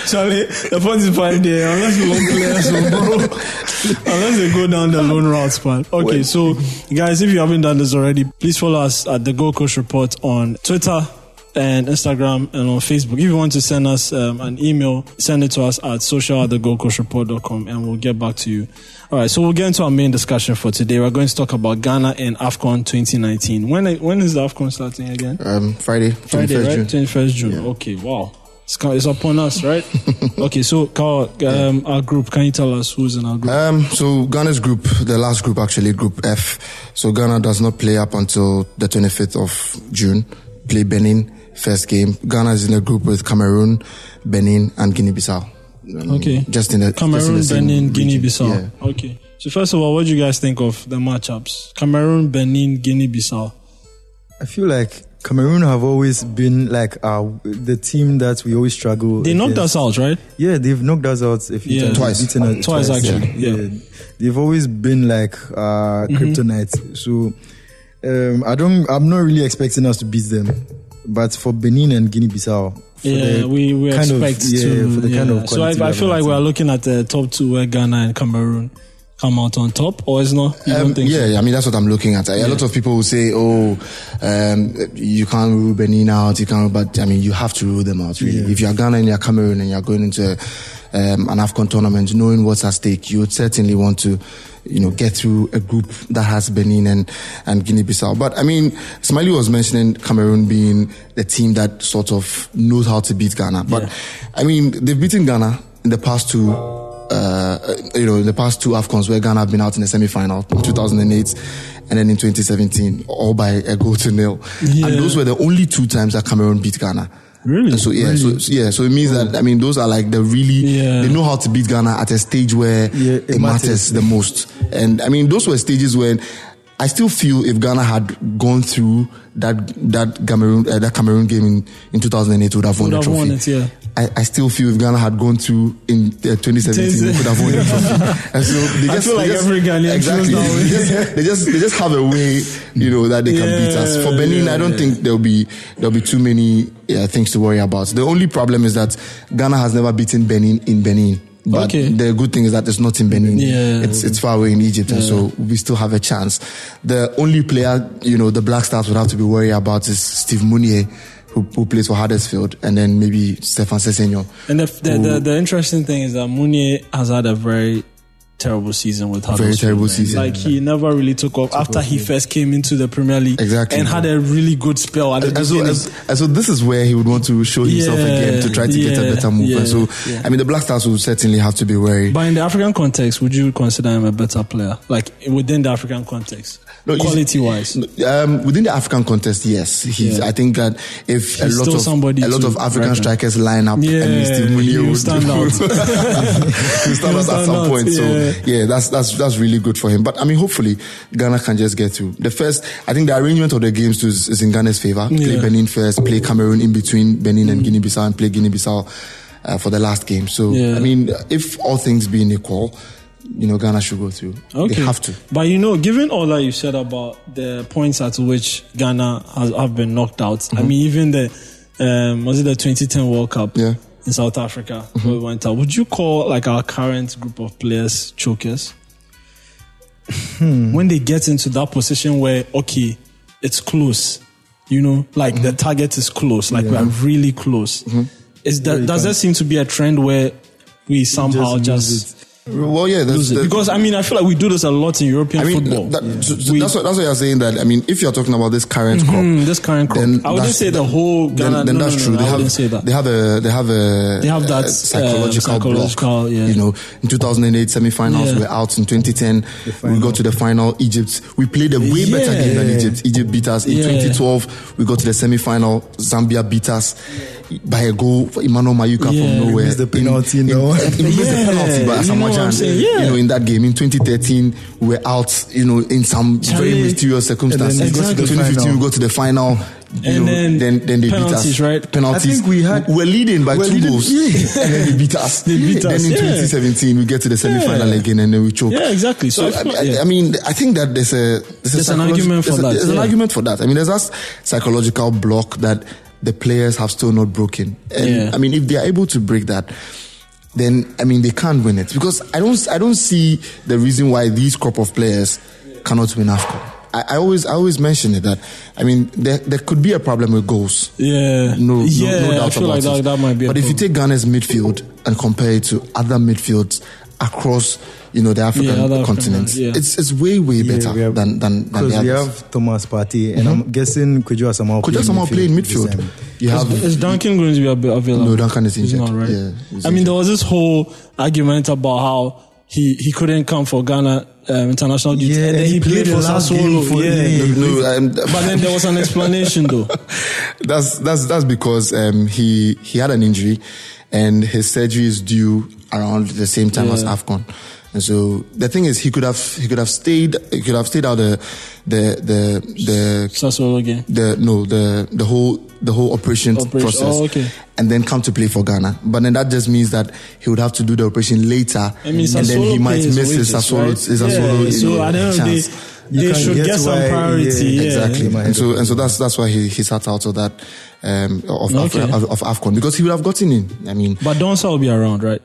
[SPEAKER 3] Charlie, the forty five there, unless you long players, so bro, unless they go down the loan route, man. Okay, so guys, if you haven't done this already, please follow us at the Gold Coast Report on Twitter. And Instagram and on Facebook. If you want to send us um, an email, send it to us at social at thegoldcoastreport.com and we'll get back to you. All right, so we'll get into our main discussion for today. We're going to talk about Ghana and AFCON 2019. When, when is the AFCON starting again?
[SPEAKER 5] Um, Friday,
[SPEAKER 3] Friday,
[SPEAKER 5] 21st
[SPEAKER 3] right?
[SPEAKER 5] June.
[SPEAKER 3] 21st June. Okay, wow. It's, co- it's upon us, right? okay, so Carl, um, our group, can you tell us who's in our group?
[SPEAKER 5] Um, so Ghana's group, the last group actually, Group F. So Ghana does not play up until the 25th of June. Play Benin first game. Ghana is in a group with Cameroon, Benin, and Guinea-Bissau. Um,
[SPEAKER 3] okay.
[SPEAKER 5] Just in the just in the
[SPEAKER 3] Cameroon,
[SPEAKER 5] same
[SPEAKER 3] Benin,
[SPEAKER 5] region.
[SPEAKER 3] Guinea Bissau.
[SPEAKER 5] Yeah.
[SPEAKER 3] Okay. So, first of all, what do you guys think of the matchups? Cameroon, Benin, Guinea Bissau.
[SPEAKER 4] I feel like Cameroon have always been like our, the team that we always struggle.
[SPEAKER 3] They knocked
[SPEAKER 4] against.
[SPEAKER 3] us out, right?
[SPEAKER 4] Yeah, they've knocked us out a few
[SPEAKER 3] Yeah.
[SPEAKER 4] times.
[SPEAKER 5] Twice.
[SPEAKER 4] Beaten us
[SPEAKER 3] Twice, actually. Yeah. Mm-hmm.
[SPEAKER 4] They've always been like uh, kryptonite. So um, I don't. I'm not really expecting us to beat them. But for Benin and Guinea-Bissau, for
[SPEAKER 3] yeah,
[SPEAKER 4] the
[SPEAKER 3] we, we
[SPEAKER 4] kind of-
[SPEAKER 3] expect
[SPEAKER 4] yeah,
[SPEAKER 3] to.
[SPEAKER 4] for the kind
[SPEAKER 3] yeah.
[SPEAKER 4] of
[SPEAKER 3] so,
[SPEAKER 4] quality
[SPEAKER 3] I, I
[SPEAKER 4] level
[SPEAKER 3] feel like
[SPEAKER 4] that's
[SPEAKER 3] we're looking at the top two where Ghana and Cameroon come out on top, or it's not? You
[SPEAKER 5] Um,
[SPEAKER 3] don't think so?
[SPEAKER 5] yeah, I mean that's what I'm looking at. A lot of people will say, "Oh, um, you can't rule Benin out. You can't." But I mean, you have to rule them out. Really, if you're Ghana and you're Cameroon and you're going into um, an Afcon tournament, knowing what's at stake, you would certainly want to, you know, get through a group that has Benin and and Guinea-Bissau. But I mean, Smiley was mentioning Cameroon being the team that sort of knows how to beat Ghana. But I mean, they've beaten Ghana in the past two uh, you know, the past two AFCONs where Ghana have been out in the semi-final, 2008 and then in 2017, all by a goal to nil.
[SPEAKER 3] Yeah.
[SPEAKER 5] And those were the only two times that Cameroon beat Ghana.
[SPEAKER 3] Really?
[SPEAKER 5] So yeah, so, so yeah, so it means that I mean those are like the really
[SPEAKER 3] Yeah.
[SPEAKER 5] they know how to beat Ghana at a stage where
[SPEAKER 4] Yeah,
[SPEAKER 5] it,
[SPEAKER 4] it
[SPEAKER 5] matters
[SPEAKER 4] matters.
[SPEAKER 5] the most. And I mean those were stages when I still feel if Ghana had gone through that that Cameroon uh, that Cameroon game in, in 2008 would have won
[SPEAKER 3] Would
[SPEAKER 5] the
[SPEAKER 3] have
[SPEAKER 5] trophy.
[SPEAKER 3] won it, yeah.
[SPEAKER 5] I, I still feel if Ghana had gone through in uh, 2017, we could have won the trophy. And so they
[SPEAKER 3] I
[SPEAKER 5] just,
[SPEAKER 3] feel like
[SPEAKER 5] they just,
[SPEAKER 3] every Ghanaian feels
[SPEAKER 5] exactly,
[SPEAKER 3] that way.
[SPEAKER 5] They just, they just they just have a way, you know, that they can beat us. For
[SPEAKER 3] Yeah,
[SPEAKER 5] Benin, I don't think there'll be there'll be too many yeah, things to worry about. The only problem is that Ghana has never beaten Benin in Benin. But
[SPEAKER 3] Okay.
[SPEAKER 5] the good thing is that it's not in Benin.
[SPEAKER 3] Yeah.
[SPEAKER 5] It's it's far away in Egypt, and so we still have a chance. The only player you know the Black Stars would have to be worried about is Steve Mounier, who, who plays for Huddersfield, and then maybe Stefan Sessegnon.
[SPEAKER 3] And the, the, the, the interesting thing is that Mounier has had a very terrible season with Huddersfield.
[SPEAKER 5] terrible
[SPEAKER 3] man.
[SPEAKER 5] season.
[SPEAKER 3] Like he never really took off after he first came into the Premier League.
[SPEAKER 5] Exactly.
[SPEAKER 3] And had a really good spell at the
[SPEAKER 5] And so,
[SPEAKER 3] beginning.
[SPEAKER 5] and, so- and so this is where he would want to show himself
[SPEAKER 3] Yeah,
[SPEAKER 5] again to try to get
[SPEAKER 3] yeah,
[SPEAKER 5] a better move. and so,
[SPEAKER 3] yeah, yeah.
[SPEAKER 5] I mean, the Black Stars will certainly have to be wary.
[SPEAKER 3] but in the African context, would you consider him a better player? Like within the African context,
[SPEAKER 5] No, you see-
[SPEAKER 3] quality wise.
[SPEAKER 5] Um, within the African contest, yes, he's.
[SPEAKER 3] Yeah.
[SPEAKER 5] I think that if a
[SPEAKER 3] He's
[SPEAKER 5] lot
[SPEAKER 3] still
[SPEAKER 5] of
[SPEAKER 3] somebody
[SPEAKER 5] a lot
[SPEAKER 3] to
[SPEAKER 5] of African
[SPEAKER 3] reckon.
[SPEAKER 5] strikers line up,
[SPEAKER 3] Yeah,
[SPEAKER 5] and Steve Mounier
[SPEAKER 3] he'll
[SPEAKER 5] would
[SPEAKER 3] stand out.
[SPEAKER 5] he'll stand
[SPEAKER 3] He'll
[SPEAKER 5] out at
[SPEAKER 3] stand
[SPEAKER 5] some
[SPEAKER 3] out,
[SPEAKER 5] point.
[SPEAKER 3] yeah.
[SPEAKER 5] So yeah, that's that's that's really good for him. But I mean, hopefully Ghana can just get through. The first, I think the arrangement of the games too is, is in Ghana's favor. Play
[SPEAKER 3] Yeah. Mm.
[SPEAKER 5] Benin first, play Cameroon in between Benin and Guinea-Bissau, and play Guinea-Bissau uh, for the last game. So
[SPEAKER 3] Yeah.
[SPEAKER 5] I mean, if all things being equal, you know, Ghana should go through. They have to.
[SPEAKER 3] But you know, given all that you said about the points at which Ghana has have been knocked out, I
[SPEAKER 5] Mm-hmm.
[SPEAKER 3] mean, even the um, was it the 2010 World Cup
[SPEAKER 5] Yeah. Mm-hmm.
[SPEAKER 3] in South Africa where we went out? Would you call like our current group of players chokers?
[SPEAKER 5] Hmm.
[SPEAKER 3] When they get into that position where okay, it's close, you know, like the
[SPEAKER 5] Mm-hmm.
[SPEAKER 3] target is close, like we are really close. Is that does that seem to be a trend where we somehow
[SPEAKER 4] lose
[SPEAKER 3] just
[SPEAKER 5] Well, yeah, that's,
[SPEAKER 3] lose it.
[SPEAKER 5] that's-
[SPEAKER 3] Because I mean, I feel like we do this a lot in European
[SPEAKER 5] I mean,
[SPEAKER 3] football.
[SPEAKER 5] that- so- so
[SPEAKER 3] We-
[SPEAKER 5] that's what that's what you're saying. That I mean, if you're talking about this current
[SPEAKER 3] Hmm,
[SPEAKER 5] crop,
[SPEAKER 3] this current crop.
[SPEAKER 5] then
[SPEAKER 3] I wouldn't
[SPEAKER 5] that's-
[SPEAKER 3] say the whole
[SPEAKER 5] then,
[SPEAKER 3] Ghana.
[SPEAKER 5] then
[SPEAKER 3] no,
[SPEAKER 5] that's
[SPEAKER 3] no, no,
[SPEAKER 5] true.
[SPEAKER 3] no,
[SPEAKER 5] they
[SPEAKER 3] I
[SPEAKER 5] have
[SPEAKER 3] wouldn't say that.
[SPEAKER 5] they have a they have a
[SPEAKER 3] They have that,
[SPEAKER 5] a
[SPEAKER 3] um,
[SPEAKER 5] psychological,
[SPEAKER 3] psychological,
[SPEAKER 5] block.
[SPEAKER 3] yeah.
[SPEAKER 5] You know, in 2008 semi-finals
[SPEAKER 3] Yeah.
[SPEAKER 5] we were out. In 2010 we got to the final. Egypt we played a way better game than
[SPEAKER 3] Yeah.
[SPEAKER 5] Egypt. Egypt beat us. In
[SPEAKER 3] Yeah.
[SPEAKER 5] 2012 we got to the semi-final. Zambia beat us by a goal. for Emmanuel Mayuka
[SPEAKER 3] Yeah.
[SPEAKER 5] from nowhere.
[SPEAKER 4] missed the
[SPEAKER 5] In-
[SPEAKER 4] penalty,
[SPEAKER 5] in-
[SPEAKER 4] no?
[SPEAKER 5] in- we missed the
[SPEAKER 3] Yeah.
[SPEAKER 5] penalty, but
[SPEAKER 3] You know what I'm
[SPEAKER 5] Asamoah Gyan,
[SPEAKER 3] saying? Yeah.
[SPEAKER 5] you know, in that game in 2013 we were out. You know, in some
[SPEAKER 3] Charlie.
[SPEAKER 5] very mysterious circumstances.
[SPEAKER 4] And
[SPEAKER 3] then we got to the
[SPEAKER 5] 2015 we
[SPEAKER 4] final.
[SPEAKER 5] got to the final. You
[SPEAKER 3] And
[SPEAKER 5] know,
[SPEAKER 3] then
[SPEAKER 5] then then they beat
[SPEAKER 3] penalties,
[SPEAKER 5] us.
[SPEAKER 3] right?
[SPEAKER 5] Penalties.
[SPEAKER 4] I think we had-
[SPEAKER 5] were leading by
[SPEAKER 4] we're
[SPEAKER 5] two
[SPEAKER 4] leading-
[SPEAKER 5] goals,
[SPEAKER 4] Yeah.
[SPEAKER 5] and then they beat us.
[SPEAKER 3] They beat
[SPEAKER 5] then
[SPEAKER 3] us,
[SPEAKER 5] in
[SPEAKER 3] yeah.
[SPEAKER 5] 2017 we get to the semi-final
[SPEAKER 3] Yeah.
[SPEAKER 5] again, and then we choke.
[SPEAKER 3] Yeah, exactly. So
[SPEAKER 5] So,
[SPEAKER 3] I feel
[SPEAKER 5] I,
[SPEAKER 3] like- yeah.
[SPEAKER 5] I mean, I think that there's a there's, a
[SPEAKER 3] There's an
[SPEAKER 5] psychologi-
[SPEAKER 3] argument for
[SPEAKER 5] there's a-
[SPEAKER 3] that,
[SPEAKER 5] There's an
[SPEAKER 3] yeah.
[SPEAKER 5] argument for that. I mean, there's that psychological block that the players have still not broken, and
[SPEAKER 3] Yeah.
[SPEAKER 5] I mean, if they are able to break that. Then I mean they can't win it because I don't I don't see the reason why these crop of players cannot win AFCON. I, I always I always mention it that I mean there there could be a problem with goals
[SPEAKER 3] yeah,
[SPEAKER 5] no,
[SPEAKER 3] yeah,
[SPEAKER 5] no, no doubt
[SPEAKER 3] I feel
[SPEAKER 5] about
[SPEAKER 3] like
[SPEAKER 5] it.
[SPEAKER 3] That, that might be. a
[SPEAKER 5] but if you
[SPEAKER 3] problem.
[SPEAKER 5] take Ghana's midfield and compare it to other midfields across, you know, the African
[SPEAKER 3] other African
[SPEAKER 5] continent,
[SPEAKER 3] ones, yeah.
[SPEAKER 5] it's it's way way better
[SPEAKER 4] we have-
[SPEAKER 5] than than than the
[SPEAKER 4] Because we
[SPEAKER 5] others.
[SPEAKER 4] have Thomas Partey, and I'm guessing Kujo Asamoah
[SPEAKER 5] Could you somehow play in midfield?
[SPEAKER 4] um,
[SPEAKER 5] You have
[SPEAKER 3] Is Duncan going to be ab- available?
[SPEAKER 5] No, Duncan is
[SPEAKER 3] He's
[SPEAKER 5] injured.
[SPEAKER 3] not, right?
[SPEAKER 5] Yeah, he's
[SPEAKER 3] I mean,
[SPEAKER 5] injured.
[SPEAKER 3] there was this whole argument about how he, he couldn't come for Ghana um, international duty,
[SPEAKER 4] Yeah,
[SPEAKER 3] and then
[SPEAKER 4] and
[SPEAKER 3] he, played, for
[SPEAKER 4] the last game
[SPEAKER 3] Sassuolo.
[SPEAKER 4] for-
[SPEAKER 3] yeah.
[SPEAKER 5] no,
[SPEAKER 4] yeah.
[SPEAKER 5] um,
[SPEAKER 3] But then there was an explanation, though.
[SPEAKER 5] that's that's that's because um, he he had an injury, and his surgery is due around the same time as
[SPEAKER 3] Yeah.
[SPEAKER 5] Afcon. And so the thing is, he could have he could have stayed he could have stayed out the the the the
[SPEAKER 3] Sassuolo game.
[SPEAKER 5] the no the the whole the whole operation,
[SPEAKER 3] Operation.
[SPEAKER 5] process
[SPEAKER 3] Oh, okay.
[SPEAKER 5] and then come to play for Ghana but then that just means that he would have to do the operation later
[SPEAKER 3] I mean,
[SPEAKER 5] and then
[SPEAKER 3] Sassuolo
[SPEAKER 5] he might
[SPEAKER 3] pay
[SPEAKER 5] miss
[SPEAKER 3] wages,
[SPEAKER 5] his Sassuolo
[SPEAKER 3] right?
[SPEAKER 5] his
[SPEAKER 3] yeah.
[SPEAKER 5] Sassuolo you
[SPEAKER 3] So
[SPEAKER 5] know,
[SPEAKER 3] at the end of the
[SPEAKER 5] chance
[SPEAKER 3] day, they
[SPEAKER 4] You can
[SPEAKER 3] should get,
[SPEAKER 4] get
[SPEAKER 3] some
[SPEAKER 4] why-
[SPEAKER 3] priority.
[SPEAKER 4] yeah,
[SPEAKER 3] Yeah,
[SPEAKER 5] exactly
[SPEAKER 4] Yeah.
[SPEAKER 5] and so and so that's that's why he, he sat out of that um of, Af-
[SPEAKER 3] Okay.
[SPEAKER 5] of, of Afcon because he would have gotten in I mean
[SPEAKER 3] But Donsa will be around, right?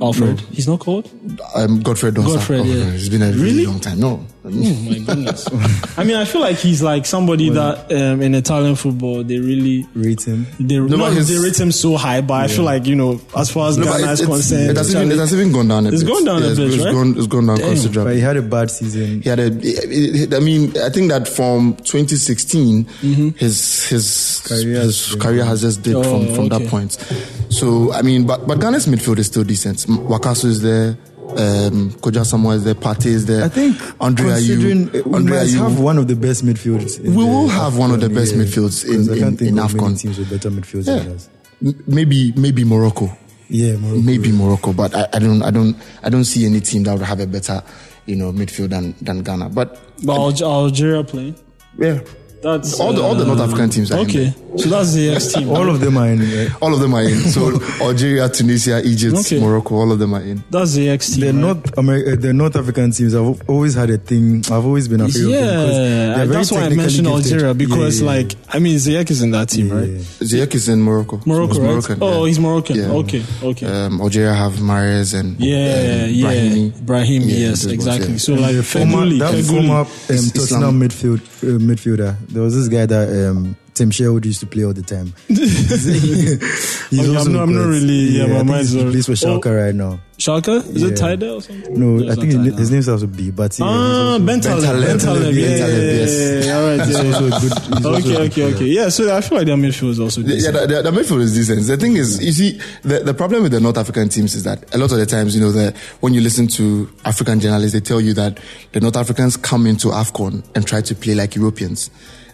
[SPEAKER 3] Alfred, he's not called.
[SPEAKER 5] um, Godfrey Donsa
[SPEAKER 3] Godfrey,
[SPEAKER 5] oh,
[SPEAKER 3] yeah.
[SPEAKER 5] it's been a really,
[SPEAKER 3] Really?
[SPEAKER 5] long time no
[SPEAKER 3] Oh my goodness! I mean, I feel like he's like somebody that um, in Italian football they really
[SPEAKER 4] Rating.
[SPEAKER 3] they no,
[SPEAKER 5] but his-
[SPEAKER 3] they rate him so high. But I feel like you know, as far as
[SPEAKER 5] No, but
[SPEAKER 3] Ghana is
[SPEAKER 5] it's-
[SPEAKER 3] concerned,
[SPEAKER 5] it has even, it
[SPEAKER 3] Charlie-
[SPEAKER 5] has even gone down a
[SPEAKER 3] It's
[SPEAKER 5] bit
[SPEAKER 3] gone down a
[SPEAKER 5] Yeah, it's-
[SPEAKER 3] bit,
[SPEAKER 5] it's
[SPEAKER 3] right?
[SPEAKER 5] gone it's gone down considerably
[SPEAKER 4] But he had a bad season.
[SPEAKER 5] he had a. he- he- I mean, I think that from 2016, his his
[SPEAKER 4] Career
[SPEAKER 5] career,
[SPEAKER 4] has
[SPEAKER 5] his
[SPEAKER 4] been-
[SPEAKER 5] career has just dipped
[SPEAKER 3] Oh,
[SPEAKER 5] from, from
[SPEAKER 3] okay.
[SPEAKER 5] that point. So I mean, but but Ghana's midfield is still decent. M- Wakasu is there. Um, Koja Samoa is there. Partey is there.
[SPEAKER 4] I think
[SPEAKER 5] Andre
[SPEAKER 4] considering
[SPEAKER 5] Ayew-
[SPEAKER 4] we
[SPEAKER 5] Andre
[SPEAKER 4] might
[SPEAKER 5] Ayew-
[SPEAKER 4] have one of the best midfields. in
[SPEAKER 5] We
[SPEAKER 4] the
[SPEAKER 5] will have one of the
[SPEAKER 4] AFCON,
[SPEAKER 5] best
[SPEAKER 4] yeah.
[SPEAKER 5] midfields in-
[SPEAKER 4] 'Cause I can't
[SPEAKER 5] in-
[SPEAKER 4] think
[SPEAKER 5] in
[SPEAKER 4] of many
[SPEAKER 5] AFCON.
[SPEAKER 4] teams with better midfields
[SPEAKER 5] Yeah.
[SPEAKER 4] than us.
[SPEAKER 5] M- maybe maybe Morocco.
[SPEAKER 4] Yeah, Morocco.
[SPEAKER 5] Maybe Morocco, but I, I don't I don't I don't see any team that would have a better you know midfield than than Ghana. But
[SPEAKER 3] But Alge- Algeria playing.
[SPEAKER 5] yeah,
[SPEAKER 3] That's uh,
[SPEAKER 5] All the- all the North African teams are in
[SPEAKER 3] Okay, so that's the X team.
[SPEAKER 4] All of them are in. Uh,
[SPEAKER 5] All of them are in. So Algeria, Tunisia, Egypt,
[SPEAKER 3] Okay.
[SPEAKER 5] Morocco, all of them are in.
[SPEAKER 3] that's the X team.
[SPEAKER 4] the
[SPEAKER 3] right?
[SPEAKER 4] North America, the uh, North African teams. I've always had a thing. I've always been afraid of them. 'cause
[SPEAKER 3] Yeah,
[SPEAKER 4] they're very
[SPEAKER 3] that's why I
[SPEAKER 4] technically
[SPEAKER 3] mentioned
[SPEAKER 4] gifted.
[SPEAKER 3] Algeria because,
[SPEAKER 4] Yeah, yeah,
[SPEAKER 3] like, I mean, Ziyech is in that team,
[SPEAKER 4] yeah,
[SPEAKER 3] right?
[SPEAKER 4] yeah.
[SPEAKER 5] Ziyech is in Morocco.
[SPEAKER 3] Morocco,
[SPEAKER 5] He's
[SPEAKER 3] right?
[SPEAKER 5] Moroccan,
[SPEAKER 3] oh,
[SPEAKER 5] yeah.
[SPEAKER 3] he's Moroccan.
[SPEAKER 5] Yeah.
[SPEAKER 3] Okay, okay.
[SPEAKER 5] Um, Algeria have Mares and
[SPEAKER 3] yeah,
[SPEAKER 5] um,
[SPEAKER 3] yeah,
[SPEAKER 5] Brahimi.
[SPEAKER 3] Brahim,
[SPEAKER 5] Yeah,
[SPEAKER 3] yes,
[SPEAKER 5] those ones,
[SPEAKER 3] exactly.
[SPEAKER 5] yeah.
[SPEAKER 3] So like
[SPEAKER 4] The former,
[SPEAKER 3] Feguli,
[SPEAKER 4] that
[SPEAKER 3] Feguli.
[SPEAKER 4] former um,
[SPEAKER 5] Is-
[SPEAKER 4] Tottenham midfield uh, midfielder. There was this guy that um, Tim Sherwood used to play all the time. He's
[SPEAKER 3] Okay, I'm
[SPEAKER 4] also
[SPEAKER 3] not- I'm not
[SPEAKER 4] good.
[SPEAKER 3] really- yeah, my
[SPEAKER 4] I think
[SPEAKER 3] mind's
[SPEAKER 4] he's-
[SPEAKER 3] not-
[SPEAKER 4] he plays for
[SPEAKER 3] Oh.
[SPEAKER 4] Schalke right now.
[SPEAKER 3] Schalke? Is it
[SPEAKER 4] Yeah.
[SPEAKER 3] Tide or something?
[SPEAKER 4] No,
[SPEAKER 3] it's
[SPEAKER 4] I
[SPEAKER 3] not
[SPEAKER 4] think
[SPEAKER 3] Tide,
[SPEAKER 4] his
[SPEAKER 3] no.
[SPEAKER 4] name starts with B, but yeah,
[SPEAKER 3] Ah,
[SPEAKER 4] he's also-
[SPEAKER 3] Bentaleb,
[SPEAKER 5] Bentaleb,
[SPEAKER 3] Bentaleb, yeah, yeah,
[SPEAKER 5] Bentaleb, yes.
[SPEAKER 3] yeah, yeah, all right,
[SPEAKER 4] he's
[SPEAKER 3] yeah,
[SPEAKER 4] also
[SPEAKER 3] yeah.
[SPEAKER 4] a good. he's also
[SPEAKER 3] Okay,
[SPEAKER 4] a good
[SPEAKER 3] okay, okay. Yeah, so I feel like their midfield is also
[SPEAKER 5] Yeah,
[SPEAKER 3] decent.
[SPEAKER 5] the, the, the midfield is decent. The thing is, you see, the, the problem with the North African teams is that a lot of the times, you know, the, when you listen to African journalists, they tell you that the North Africans come into AFCON and try to play like Europeans.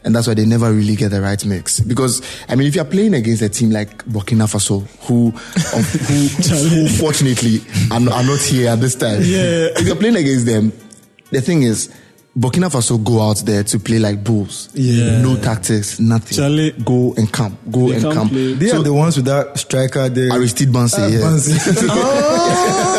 [SPEAKER 5] And that's why they never really get the right mix. Because, I mean, if you're playing against a team like Burkina Faso, who, of, who, who fortunately are, not- are not here at this time.
[SPEAKER 3] Yeah.
[SPEAKER 5] If you're playing against them, the thing is, Burkina Faso go out there to play like bulls.
[SPEAKER 3] Yeah.
[SPEAKER 5] No tactics, nothing.
[SPEAKER 3] Charlie.
[SPEAKER 5] Go and come. Go
[SPEAKER 3] They
[SPEAKER 5] and
[SPEAKER 3] can't
[SPEAKER 5] come.
[SPEAKER 3] play.
[SPEAKER 4] They are the ones with that striker there.
[SPEAKER 5] Aristide Bansé,
[SPEAKER 4] Ah,
[SPEAKER 5] yeah.
[SPEAKER 4] Bansé.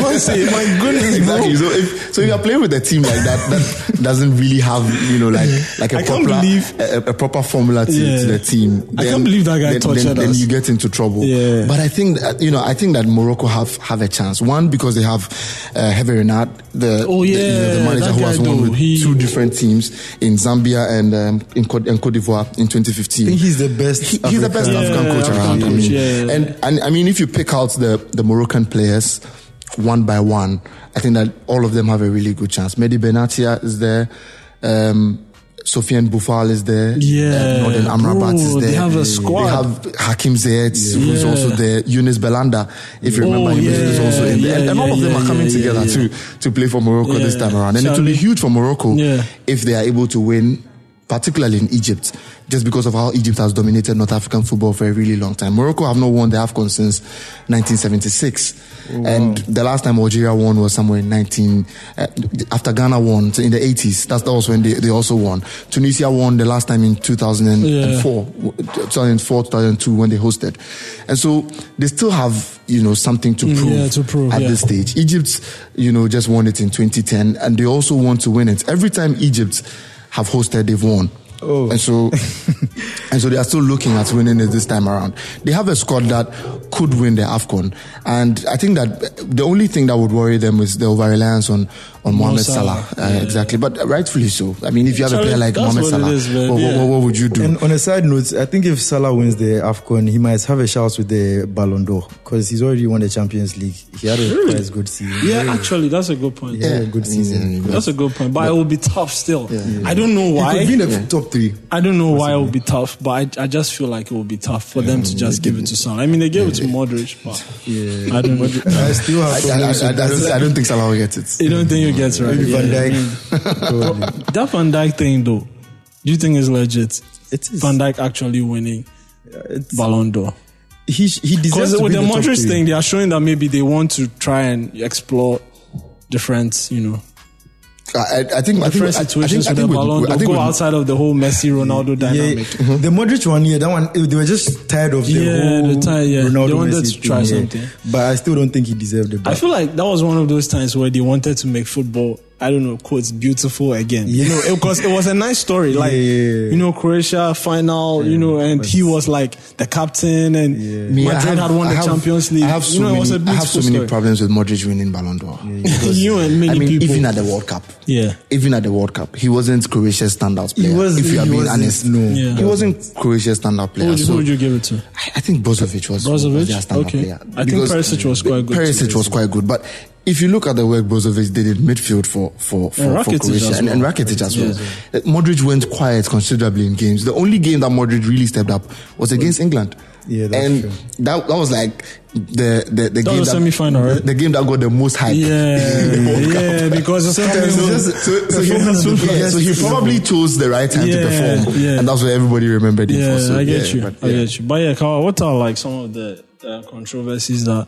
[SPEAKER 3] Bonsi, my goodness, bro.
[SPEAKER 5] Exactly. So if so, if you're playing with a team like that, that doesn't really have you know like like a
[SPEAKER 3] I can't
[SPEAKER 5] proper
[SPEAKER 3] believe-
[SPEAKER 5] a, a proper formula to,
[SPEAKER 3] Yeah.
[SPEAKER 5] to the team.
[SPEAKER 3] I can't believe that guy
[SPEAKER 5] then,
[SPEAKER 3] tortured
[SPEAKER 5] then, Then
[SPEAKER 3] us.
[SPEAKER 5] you get into trouble.
[SPEAKER 3] Yeah.
[SPEAKER 5] But I think that, you know I think that Morocco have have a chance. One because they have uh, Hervé Renard, the
[SPEAKER 3] Oh,
[SPEAKER 5] the, you know,
[SPEAKER 3] yeah,
[SPEAKER 5] the manager
[SPEAKER 3] that
[SPEAKER 5] who
[SPEAKER 3] guy
[SPEAKER 5] has won
[SPEAKER 3] though,
[SPEAKER 5] with
[SPEAKER 3] he-
[SPEAKER 5] two different teams in Zambia and um, in, Cote, in Cote d'Ivoire in 2015.
[SPEAKER 4] I think he's the best.
[SPEAKER 5] He- he's the best
[SPEAKER 3] Yeah,
[SPEAKER 5] African coach
[SPEAKER 3] African
[SPEAKER 5] around. I
[SPEAKER 3] coach,
[SPEAKER 5] mean,
[SPEAKER 3] yeah, yeah.
[SPEAKER 5] And and I mean, if you pick out the the Moroccan players one by one, I think that all of them have a really good chance. Mehdi Benatia is there. Um, Sofiane Boufal is there.
[SPEAKER 3] Yeah,
[SPEAKER 5] Uh, Norden Amrabat
[SPEAKER 3] bro,
[SPEAKER 5] is there.
[SPEAKER 3] they have a squad.
[SPEAKER 5] They have Hakim Ziyech, who's
[SPEAKER 3] Yeah.
[SPEAKER 5] also there. Yunus Belanda, if you
[SPEAKER 3] Oh,
[SPEAKER 5] remember him,
[SPEAKER 3] yeah,
[SPEAKER 5] is also in there. And,
[SPEAKER 3] yeah,
[SPEAKER 5] and all of
[SPEAKER 3] yeah,
[SPEAKER 5] them are
[SPEAKER 3] yeah,
[SPEAKER 5] coming
[SPEAKER 3] yeah,
[SPEAKER 5] together
[SPEAKER 3] yeah.
[SPEAKER 5] to to play for Morocco this
[SPEAKER 3] Yeah.
[SPEAKER 5] time around. And it will be
[SPEAKER 3] Charlie.
[SPEAKER 5] huge for Morocco
[SPEAKER 3] Yeah.
[SPEAKER 5] if they are able to win, particularly in Egypt, just because of how Egypt has dominated North African football for a really long time. Morocco have not won the AFCON since 1976. And the last time Algeria won was somewhere in 19, uh, after Ghana won in the 80s. That's, that was when they, they also won. Tunisia won the last time in 2004, 2004, 2002 when they hosted. And so they still have, you know, something to prove,
[SPEAKER 3] Mm, yeah, to prove,
[SPEAKER 5] at
[SPEAKER 3] yeah.
[SPEAKER 5] this stage. Egypt, you know, just won it in 2010, and they also want to win it. Every time Egypt have hosted, they've won.
[SPEAKER 4] Oh.
[SPEAKER 5] And so, and so they are still looking at winning it this time around. They have a squad that could win the Afcon, and I think that the only thing that would worry them is the over reliance on on Mohamed
[SPEAKER 3] Salah.
[SPEAKER 5] Salah. Uh, Exactly, but rightfully so. I mean, if you have a
[SPEAKER 3] Sorry,
[SPEAKER 5] player like
[SPEAKER 3] that's
[SPEAKER 5] Mohamed
[SPEAKER 3] what it
[SPEAKER 5] Salah,
[SPEAKER 3] is, man.
[SPEAKER 5] what, what-
[SPEAKER 3] Yeah.
[SPEAKER 5] what would you do?
[SPEAKER 4] And on a side note, I think if Salah wins the AFCON, he might have a shout with the Ballon d'Or because he's already won the Champions League. He had a quite good season.
[SPEAKER 3] Yeah, actually, that's a good point.
[SPEAKER 4] He had a good
[SPEAKER 5] I mean,
[SPEAKER 4] season.
[SPEAKER 5] yeah,
[SPEAKER 3] That's a good point, but it will be tough still. I don't know why.
[SPEAKER 4] He could be in the top three.
[SPEAKER 3] I don't know why it will be tough, but I, I just feel like it will be tough for them to just give it to Salah. I mean, they gave it to Modric, but I don't know.
[SPEAKER 4] I still
[SPEAKER 5] I,
[SPEAKER 4] have
[SPEAKER 5] I- I-
[SPEAKER 4] problems
[SPEAKER 5] I- I
[SPEAKER 4] with
[SPEAKER 5] don't, I don't think Salah will get it.
[SPEAKER 3] You don't think you get right?
[SPEAKER 4] maybe
[SPEAKER 3] Yeah.
[SPEAKER 4] Van Dijk. Probably.
[SPEAKER 3] That Van Dyke thing, though, do you think is legit?
[SPEAKER 4] It is.
[SPEAKER 3] Van Dyke actually winning
[SPEAKER 4] It's-
[SPEAKER 3] Ballon d'Or.
[SPEAKER 4] He, sh- he deserves
[SPEAKER 3] Because
[SPEAKER 4] to
[SPEAKER 3] with
[SPEAKER 4] be
[SPEAKER 3] the
[SPEAKER 4] in top
[SPEAKER 3] Modric
[SPEAKER 4] three.
[SPEAKER 3] thing, they are showing that maybe they want to try and explore different, you know,
[SPEAKER 5] I, I- I think I think, I,
[SPEAKER 3] different
[SPEAKER 5] I
[SPEAKER 3] situations
[SPEAKER 5] think, I
[SPEAKER 3] with the
[SPEAKER 5] think with-
[SPEAKER 3] Ballon
[SPEAKER 5] I
[SPEAKER 3] d'Or.
[SPEAKER 5] think
[SPEAKER 3] Go
[SPEAKER 5] with-
[SPEAKER 3] outside of the whole Messi Ronaldo
[SPEAKER 4] Yeah,
[SPEAKER 3] dynamic.
[SPEAKER 4] the Modric one, yeah, that one, eh, they were just tired of the
[SPEAKER 3] Yeah,
[SPEAKER 4] whole
[SPEAKER 3] the tie- yeah. They
[SPEAKER 4] Ronaldo
[SPEAKER 3] wanted
[SPEAKER 4] Messi
[SPEAKER 3] to try
[SPEAKER 4] thing, yeah.
[SPEAKER 3] something.
[SPEAKER 4] But I still don't think he deserved it.
[SPEAKER 3] I feel like that was one of those times where they wanted to make football, I don't know, quotes, beautiful again. You
[SPEAKER 4] Yeah.
[SPEAKER 3] know, because it was a nice story. Like,
[SPEAKER 4] Yeah, yeah, yeah.
[SPEAKER 3] you know, Croatia final, you know, and he was like the captain and
[SPEAKER 5] Me, I have-
[SPEAKER 3] Madrid had won
[SPEAKER 5] I
[SPEAKER 3] the
[SPEAKER 5] have-
[SPEAKER 3] Champions League.
[SPEAKER 5] I have so,
[SPEAKER 3] you know,
[SPEAKER 5] many,
[SPEAKER 3] it was a
[SPEAKER 5] I have so
[SPEAKER 3] beautiful
[SPEAKER 5] many
[SPEAKER 3] story.
[SPEAKER 5] problems with Modric winning Ballon d'Or.
[SPEAKER 3] You and many
[SPEAKER 5] I mean,
[SPEAKER 3] people.
[SPEAKER 5] even at the World Cup,
[SPEAKER 3] Yeah.
[SPEAKER 5] even at the World Cup, he wasn't Croatia's standout player.
[SPEAKER 4] was-
[SPEAKER 5] if you are
[SPEAKER 4] he
[SPEAKER 5] being
[SPEAKER 4] wasn't,
[SPEAKER 5] honest,
[SPEAKER 4] no.
[SPEAKER 3] Yeah.
[SPEAKER 5] he wasn't Croatia's standout
[SPEAKER 3] Who
[SPEAKER 5] player.
[SPEAKER 3] would, you,
[SPEAKER 5] so
[SPEAKER 3] who would you give it to?
[SPEAKER 5] I I think Brozovic was was
[SPEAKER 3] Brozovic?
[SPEAKER 5] their standout
[SPEAKER 3] Okay.
[SPEAKER 5] player.
[SPEAKER 3] I think
[SPEAKER 5] Because
[SPEAKER 3] Perisic was quite good
[SPEAKER 5] Perisic
[SPEAKER 3] too.
[SPEAKER 5] was quite good, but. If you look at the work Brozovic did in midfield for for for,
[SPEAKER 3] And
[SPEAKER 5] for
[SPEAKER 3] Rakitic
[SPEAKER 5] Croatia
[SPEAKER 3] as
[SPEAKER 5] and, and
[SPEAKER 3] well.
[SPEAKER 5] Rakitic as well, uh, Modric went quiet considerably in games. The only game that Modric really stepped up was against England.
[SPEAKER 4] Yeah, that's
[SPEAKER 5] and
[SPEAKER 4] true.
[SPEAKER 5] that that was like the the, the game
[SPEAKER 3] was semi-final, right?
[SPEAKER 5] the game that got the most hype.
[SPEAKER 3] Yeah,
[SPEAKER 5] in the World Cup.
[SPEAKER 3] yeah, because it's
[SPEAKER 5] So,
[SPEAKER 3] coming
[SPEAKER 5] so,
[SPEAKER 3] home.
[SPEAKER 5] so he,
[SPEAKER 3] Performance
[SPEAKER 5] so-
[SPEAKER 3] was
[SPEAKER 5] yeah,
[SPEAKER 3] best.
[SPEAKER 5] so he probably chose the right time
[SPEAKER 3] Yeah,
[SPEAKER 5] to perform,
[SPEAKER 3] yeah.
[SPEAKER 5] and that's what everybody remembered him
[SPEAKER 3] Yeah,
[SPEAKER 5] for. So,
[SPEAKER 3] I get
[SPEAKER 5] yeah,
[SPEAKER 3] you.
[SPEAKER 5] but
[SPEAKER 3] I
[SPEAKER 5] yeah.
[SPEAKER 3] get you. But yeah, Kawa, what are like some of the uh, controversies that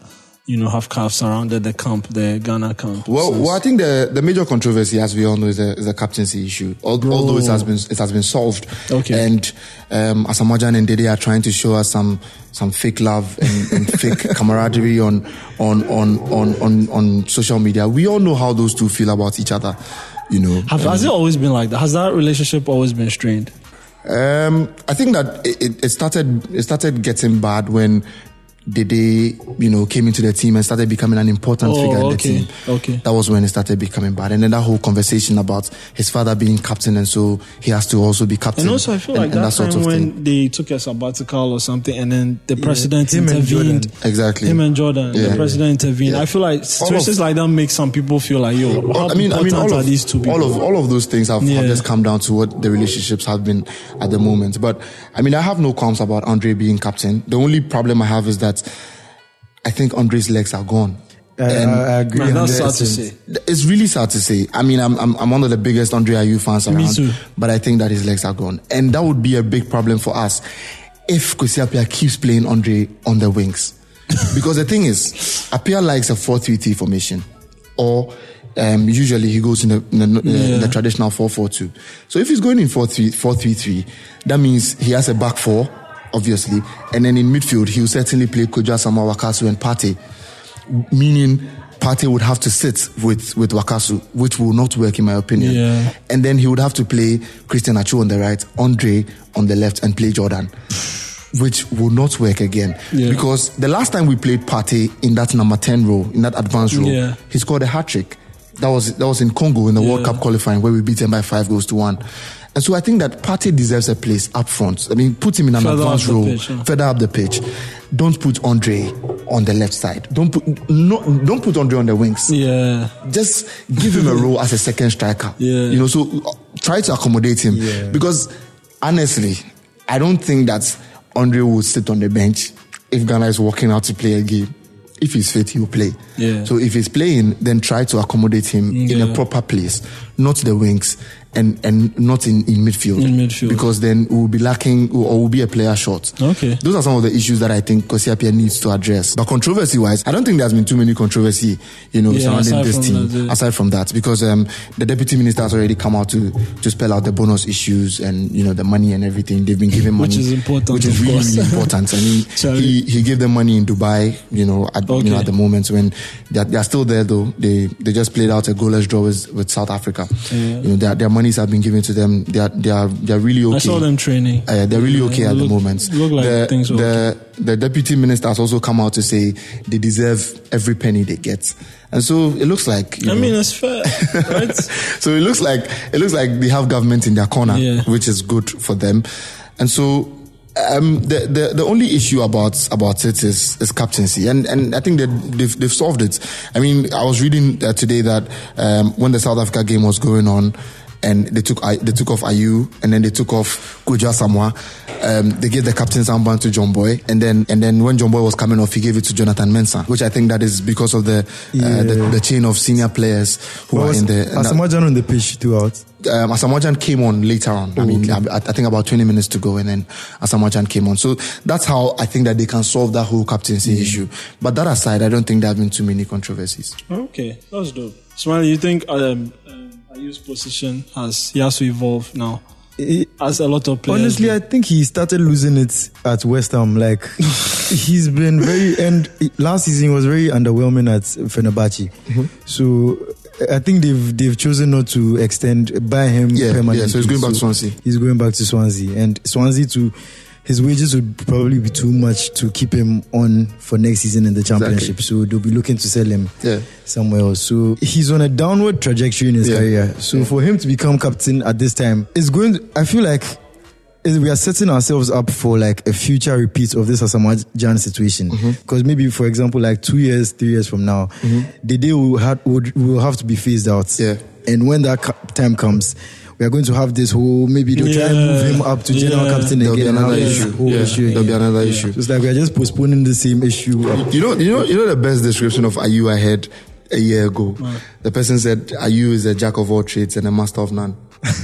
[SPEAKER 3] you know, have calves surrounded the camp, the Ghana camp.
[SPEAKER 5] Well,
[SPEAKER 3] Since-
[SPEAKER 5] well, I think the, the major controversy, as we all know, is the, is the captaincy issue. Al- Although it has been it has been solved,
[SPEAKER 3] Okay.
[SPEAKER 5] and um, Asamajan and Dede are trying to show us some some fake love and, and fake camaraderie on on, on on on on social media. We all know how those two feel about each other. You know,
[SPEAKER 3] Have, has it always been like that? Has that relationship always been strained?
[SPEAKER 5] Um, I think that it- it, it started it started getting bad when Dede, you know, came into the team and started becoming an important
[SPEAKER 3] Oh,
[SPEAKER 5] figure in the
[SPEAKER 3] okay,
[SPEAKER 5] team.
[SPEAKER 3] okay.
[SPEAKER 5] That was when it started becoming bad. And then that whole conversation about his father being captain and so he has to also be captain.
[SPEAKER 3] And also, I feel
[SPEAKER 5] and-
[SPEAKER 3] like
[SPEAKER 5] and
[SPEAKER 3] that, time when they took a sabbatical or something, and then the president
[SPEAKER 4] him and
[SPEAKER 3] intervened.
[SPEAKER 4] Jordan.
[SPEAKER 5] Exactly.
[SPEAKER 3] Him and Jordan,
[SPEAKER 5] Yeah.
[SPEAKER 3] the president intervened.
[SPEAKER 5] Yeah.
[SPEAKER 3] I feel like situations like that make some people feel like, yo, how
[SPEAKER 5] All- I mean, I mean,
[SPEAKER 3] important
[SPEAKER 5] all
[SPEAKER 3] are
[SPEAKER 5] of
[SPEAKER 3] these two people?
[SPEAKER 5] all of all of those things have, have
[SPEAKER 3] Yeah.
[SPEAKER 5] just come down to what the relationships have been at the moment. But I mean, I have no qualms about Andre being captain. The only problem I have is that I think Andre's legs are gone.
[SPEAKER 4] I, I, I agree.
[SPEAKER 3] Man, that's sad
[SPEAKER 4] 100%.
[SPEAKER 3] to say.
[SPEAKER 5] It's really sad to say. I mean, I'm I'm, I'm one of the biggest Andre Ayew fans around,
[SPEAKER 3] too.
[SPEAKER 5] but I think that his legs are gone, and that would be a big problem for us if Kwesi Appiah keeps playing Andre on the wings, because the thing is, Appiah likes a four-three-three formation, or um, usually he goes in the in the, in the
[SPEAKER 3] Yeah.
[SPEAKER 5] traditional four-four-two. So if he's going in four-three four-three-three, that means he has a back four, obviously, and then in midfield he'll certainly play Koja Sama Wakasu and Pate meaning Partey would have to sit with, with Wakasu, which will not work in my opinion.
[SPEAKER 3] Yeah.
[SPEAKER 5] And then he would have to play Christian Achu on the right, Andre on the left, and play Jordan, which will not work again.
[SPEAKER 3] Yeah.
[SPEAKER 5] Because the last time we played Partey in that number 10 role, in that advanced role,
[SPEAKER 3] Yeah.
[SPEAKER 5] he scored a hat trick. That was, that was in Congo in the World
[SPEAKER 3] Yeah.
[SPEAKER 5] Cup qualifying where we beat him by five goals to one. And so I think that Partey deserves a place up front. I mean, put him in an
[SPEAKER 3] Further up
[SPEAKER 5] advanced
[SPEAKER 3] the
[SPEAKER 5] role
[SPEAKER 3] pitch, yeah.
[SPEAKER 5] further up the pitch. Don't put Andre on the left side. Don't put no, don't put Andre on the wings.
[SPEAKER 3] yeah.
[SPEAKER 5] Just give him a role as a second striker.
[SPEAKER 3] Yeah.
[SPEAKER 5] You know, so uh, try to accommodate him
[SPEAKER 4] Yeah.
[SPEAKER 5] because honestly, I don't think that Andre would sit on the bench if Ghana is walking out to play a game. If he's fit, he'll play.
[SPEAKER 3] Yeah.
[SPEAKER 5] So if he's playing, then try to accommodate him in a
[SPEAKER 3] Yeah.
[SPEAKER 5] proper place, not the wings and and not in, in midfield.
[SPEAKER 3] In midfield.
[SPEAKER 5] Because then we'll be lacking or we'll be a player short.
[SPEAKER 3] Okay.
[SPEAKER 5] Those are some of the issues that I think Kosiapia needs to address. But controversy wise, I don't think there's been too many controversy, you know,
[SPEAKER 3] Yeah,
[SPEAKER 5] surrounding
[SPEAKER 3] aside
[SPEAKER 5] this
[SPEAKER 3] from
[SPEAKER 5] team.
[SPEAKER 3] that, yeah.
[SPEAKER 5] Aside from that, because um, the deputy minister has already come out to, to spell out the bonus issues and, you know, the money and everything. They've been giving money.
[SPEAKER 3] Which is important,
[SPEAKER 5] Which is
[SPEAKER 3] of
[SPEAKER 5] really,
[SPEAKER 3] course.
[SPEAKER 5] really important. I mean,
[SPEAKER 3] Sorry.
[SPEAKER 5] he, he gave them money in Dubai, you know, at, you know,
[SPEAKER 3] Okay.
[SPEAKER 5] at the moment when they're, they're still there though. They, they just played out a goalless draw with, with South Africa.
[SPEAKER 3] Yeah.
[SPEAKER 5] You know, their, their monies have been given to them. They're, they're, they're really okay.
[SPEAKER 3] I saw them training.
[SPEAKER 5] Uh, they're really okay
[SPEAKER 3] Yeah,
[SPEAKER 5] at
[SPEAKER 3] look-
[SPEAKER 5] the moment.
[SPEAKER 3] look like
[SPEAKER 5] the,
[SPEAKER 3] things are
[SPEAKER 5] the, the deputy minister has also come out to say they deserve every penny they get, and so it looks like. you
[SPEAKER 3] I
[SPEAKER 5] know,
[SPEAKER 3] mean, it's fair, right?
[SPEAKER 5] so it looks like it looks like they have government in their corner,
[SPEAKER 3] Yeah.
[SPEAKER 5] which is good for them. And so um, the, the the only issue about about it is is captaincy, and and I think that they've they've solved it. I mean, I was reading uh, today that um, when the South Africa game was going on. And they took I- they took off Ayu and then they took off Kuja Samoa. Um, they gave the captain's armband to John Boy and then and then when John Boy was coming off, he gave it to Jonathan Mensah, which I think that is because of the uh, the,
[SPEAKER 4] Yeah.
[SPEAKER 5] the chain of senior players who
[SPEAKER 4] But
[SPEAKER 5] are
[SPEAKER 4] was
[SPEAKER 5] in the in that-
[SPEAKER 4] Asamoah on the pitch throughout?
[SPEAKER 5] um, Asamoah came on later on. I mean, I, I think about 20 minutes to go, and then Asamoah came on. So that's how I think that they can solve that whole captaincy issue. But that aside, I don't think there have been too many controversies.
[SPEAKER 3] Okay, that's dope. Smiley, you think um, um, Ayu's position has he has to evolve now?
[SPEAKER 4] He-
[SPEAKER 3] As a lot of players,
[SPEAKER 4] Honestly,
[SPEAKER 3] do.
[SPEAKER 4] I think he started losing it at West Ham. Like he's been very and last season was very underwhelming at Fenerbahce.
[SPEAKER 5] Mm-hmm.
[SPEAKER 4] So I think they've they've chosen not to extend buy him
[SPEAKER 5] Yeah, yeah,
[SPEAKER 4] permanently.
[SPEAKER 5] so he's going back to Swansea.
[SPEAKER 4] He's going back to Swansea, and Swansea to his wages would probably be too much to keep him on for next season in the championship. So they'll be looking to sell him
[SPEAKER 5] Yeah.
[SPEAKER 4] somewhere else. So he's on a downward trajectory in his
[SPEAKER 5] Yeah.
[SPEAKER 4] career. So for him to become captain at this time is going. to- I feel like is we are setting ourselves up for like a future repeat of this Asamajan situation.
[SPEAKER 5] Mm-hmm.
[SPEAKER 4] Because maybe, for example, like two years, three years from now, the day we will, ha- would, we will have to be phased out.
[SPEAKER 5] Yeah.
[SPEAKER 4] And when that co- time comes, we are going to have this whole maybe they'll try and move
[SPEAKER 3] Yeah.
[SPEAKER 4] him up to general
[SPEAKER 3] Yeah.
[SPEAKER 4] captain
[SPEAKER 5] There'll be
[SPEAKER 4] again. and
[SPEAKER 5] another
[SPEAKER 4] have this
[SPEAKER 5] issue.
[SPEAKER 4] Whole
[SPEAKER 5] Yeah.
[SPEAKER 4] issue
[SPEAKER 5] There'll be
[SPEAKER 4] again.
[SPEAKER 5] another issue.
[SPEAKER 4] So it's like we are just postponing the same issue. up.
[SPEAKER 5] You know, you know, you know the best description of Ayu I had a year ago. The person said Ayu is a jack of all trades and a master of none.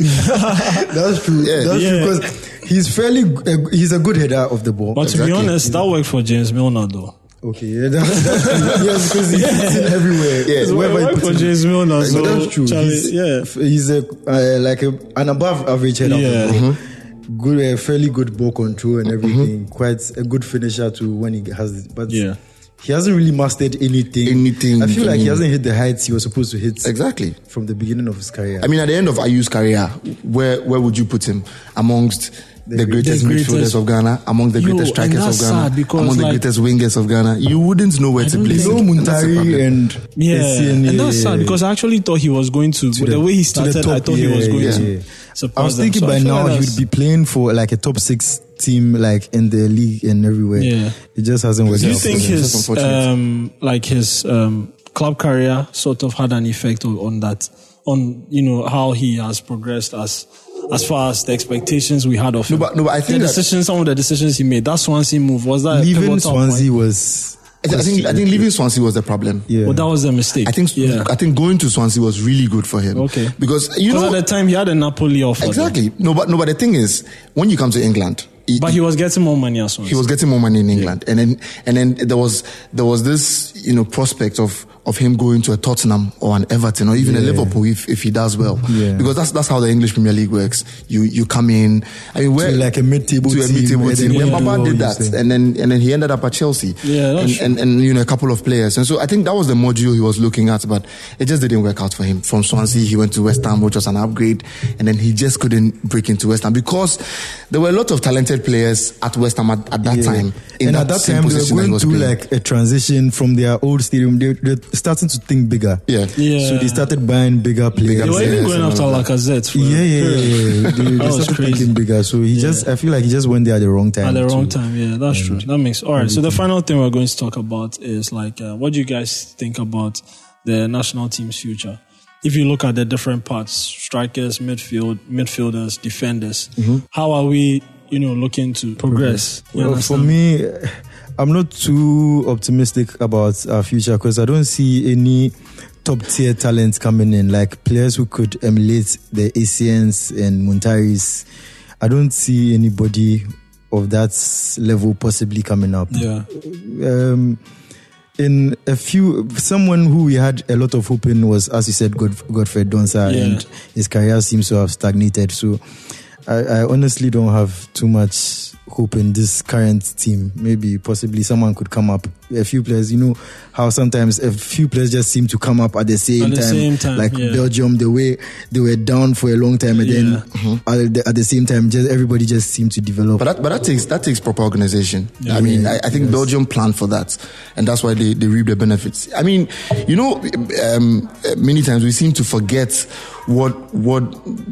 [SPEAKER 4] That's true.
[SPEAKER 5] Yeah.
[SPEAKER 4] That's
[SPEAKER 3] Yeah.
[SPEAKER 4] true because he's fairly uh, he's a good header of the ball.
[SPEAKER 3] but to be
[SPEAKER 5] Exactly.
[SPEAKER 3] honest, that worked for James Milner though.
[SPEAKER 4] Okay, yeah, that's, that's true. yes, because he's sitting everywhere.
[SPEAKER 5] Yeah. It's
[SPEAKER 3] why-
[SPEAKER 4] wherever
[SPEAKER 3] why
[SPEAKER 4] he puts
[SPEAKER 3] for
[SPEAKER 4] him.
[SPEAKER 3] James Milner,
[SPEAKER 4] Like,
[SPEAKER 3] so,
[SPEAKER 4] that's true.
[SPEAKER 3] Charlie,
[SPEAKER 4] he's,
[SPEAKER 3] yeah.
[SPEAKER 4] f- he's a, uh, like a, an above average header.
[SPEAKER 3] Yeah. Mm-hmm.
[SPEAKER 4] Good, uh, fairly good ball control and everything. Quite a good finisher too when he has it. But
[SPEAKER 3] Yeah.
[SPEAKER 4] he hasn't really mastered anything.
[SPEAKER 5] Anything
[SPEAKER 4] I feel like he
[SPEAKER 5] in-
[SPEAKER 4] hasn't hit the heights he was supposed to hit
[SPEAKER 5] Exactly.
[SPEAKER 4] from the beginning of his career.
[SPEAKER 5] I mean, at the end of Ayu's career, where where would you put him amongst the, greatest,
[SPEAKER 3] The greatest-
[SPEAKER 5] midfielders of Ghana, among the
[SPEAKER 3] Yo,
[SPEAKER 5] greatest
[SPEAKER 3] and
[SPEAKER 5] strikers of
[SPEAKER 3] that's sad
[SPEAKER 5] Ghana,
[SPEAKER 3] because,
[SPEAKER 5] among the
[SPEAKER 3] like-
[SPEAKER 5] greatest wingers of Ghana? You wouldn't know where to
[SPEAKER 3] don't
[SPEAKER 5] place
[SPEAKER 4] no
[SPEAKER 5] him. And that's the problem.
[SPEAKER 4] Muntari and
[SPEAKER 3] Yeah,
[SPEAKER 4] Essien,
[SPEAKER 3] and that's
[SPEAKER 4] yeah,
[SPEAKER 3] sad
[SPEAKER 4] yeah,
[SPEAKER 3] because I actually thought he was going to. but
[SPEAKER 4] to
[SPEAKER 3] the, way he started, I thought he
[SPEAKER 4] yeah,
[SPEAKER 3] was going
[SPEAKER 4] yeah,
[SPEAKER 3] to.
[SPEAKER 4] yeah.
[SPEAKER 3] surpass
[SPEAKER 4] I was
[SPEAKER 3] them.
[SPEAKER 4] thinking
[SPEAKER 3] So I
[SPEAKER 4] by
[SPEAKER 3] feel
[SPEAKER 4] now
[SPEAKER 3] like
[SPEAKER 4] he would
[SPEAKER 3] that's-
[SPEAKER 4] be playing for like a top six team, like in the league and everywhere.
[SPEAKER 3] Yeah.
[SPEAKER 4] it just hasn't worked.
[SPEAKER 3] Do you
[SPEAKER 4] out for
[SPEAKER 3] think
[SPEAKER 4] him.
[SPEAKER 5] That's
[SPEAKER 3] his
[SPEAKER 5] unfortunate.
[SPEAKER 3] um, like his um, club career sort of had an effect on, on that, on you know how he has progressed as as far as the expectations we had of him?
[SPEAKER 5] but- no, but I think
[SPEAKER 3] the
[SPEAKER 5] that-
[SPEAKER 3] decisions, some of the decisions he made, that Swansea move was that a
[SPEAKER 4] leaving
[SPEAKER 3] pivotal
[SPEAKER 4] Swansea
[SPEAKER 3] Point?
[SPEAKER 4] was?
[SPEAKER 5] I thi- I think I think leaving Swansea was the problem.
[SPEAKER 4] Yeah,
[SPEAKER 3] Well, that was a mistake.
[SPEAKER 5] I think
[SPEAKER 3] yeah.
[SPEAKER 5] I think going to Swansea was really good for him.
[SPEAKER 3] Okay.
[SPEAKER 5] Because you
[SPEAKER 3] 'Cause
[SPEAKER 5] know
[SPEAKER 3] at the time he had a Napoli offer.
[SPEAKER 5] exactly. No, but no, but the thing is, when you come to England, it-
[SPEAKER 3] But he was getting more money as well.
[SPEAKER 5] he was getting more money in England, and then and then there was there was this you know prospect of of him going to a Tottenham or an Everton or even a Liverpool if, if he does well,
[SPEAKER 4] Yeah.
[SPEAKER 5] because that's that's how the English Premier League works. You you come in, I mean, where,
[SPEAKER 4] like a mid-table
[SPEAKER 5] to a
[SPEAKER 4] team,
[SPEAKER 5] mid-table
[SPEAKER 4] and
[SPEAKER 5] team.
[SPEAKER 4] then
[SPEAKER 5] When
[SPEAKER 4] you do
[SPEAKER 5] Papa
[SPEAKER 4] all
[SPEAKER 5] did
[SPEAKER 4] you
[SPEAKER 5] that,
[SPEAKER 4] say.
[SPEAKER 5] and then and then he ended up at Chelsea,
[SPEAKER 3] Yeah, that's
[SPEAKER 5] and,
[SPEAKER 3] true.
[SPEAKER 5] and and you know a couple of players, and so I think that was the module he was looking at, but it just didn't work out for him. From Swansea, he went to West Ham, which was an upgrade, and then he just couldn't break into West Ham because there were a lot of talented players at West Ham at, at that
[SPEAKER 4] Yeah.
[SPEAKER 5] time. In
[SPEAKER 4] and
[SPEAKER 5] that
[SPEAKER 4] at that
[SPEAKER 5] same
[SPEAKER 4] time, they
[SPEAKER 5] position
[SPEAKER 4] were
[SPEAKER 5] that he
[SPEAKER 4] going
[SPEAKER 5] was
[SPEAKER 4] through
[SPEAKER 5] playing.
[SPEAKER 4] like a transition from their old stadium. They, they're starting to think bigger.
[SPEAKER 5] Yeah.
[SPEAKER 3] Yeah.
[SPEAKER 4] So they started buying bigger players.
[SPEAKER 3] They were even
[SPEAKER 5] Yeah,
[SPEAKER 3] going
[SPEAKER 5] yeah,
[SPEAKER 3] after
[SPEAKER 5] yeah.
[SPEAKER 3] Lacazette. For
[SPEAKER 4] Yeah, yeah, yeah. yeah. They, they
[SPEAKER 3] That was
[SPEAKER 4] started
[SPEAKER 3] crazy.
[SPEAKER 4] thinking bigger. So he just, I feel like he just went there at the wrong time.
[SPEAKER 3] At the wrong
[SPEAKER 4] too.
[SPEAKER 3] time, yeah, that's true. That makes all right. So the final thing we're going to talk about is like, uh, what do you guys think about the national team's future? If you look at the different parts, strikers, midfield, midfielders, defenders,
[SPEAKER 5] Mm-hmm.
[SPEAKER 3] how are we, you know, looking to progress? You
[SPEAKER 4] Well, for
[SPEAKER 3] understand?
[SPEAKER 4] me, I'm not too optimistic about our future because I don't see any top tier talent coming in, like players who could emulate the ACNs and Montaris. I don't see anybody of that level possibly coming up.
[SPEAKER 3] yeah,
[SPEAKER 4] Um, in a few, someone who we had a lot of hope in was, as you said, God, Godfrey Donsa,
[SPEAKER 3] Yeah.
[SPEAKER 4] and his career seems to have stagnated. So, I, I honestly don't have too much hope in this current team. Maybe, possibly, someone could come up. A few players, you know, how sometimes a few players just seem to come up at the same,
[SPEAKER 3] At the
[SPEAKER 4] time.
[SPEAKER 3] same time,
[SPEAKER 4] Like
[SPEAKER 3] yeah.
[SPEAKER 4] Belgium, the way they were down for a long time, and then
[SPEAKER 3] Yeah.
[SPEAKER 4] at, the, at the same time, just everybody just seemed to develop.
[SPEAKER 5] But that, but that takes that takes proper organization. I mean, I, I think Belgium planned for that, and that's why they, they reap the benefits. I mean, you know, um, uh, many times we seem to forget what what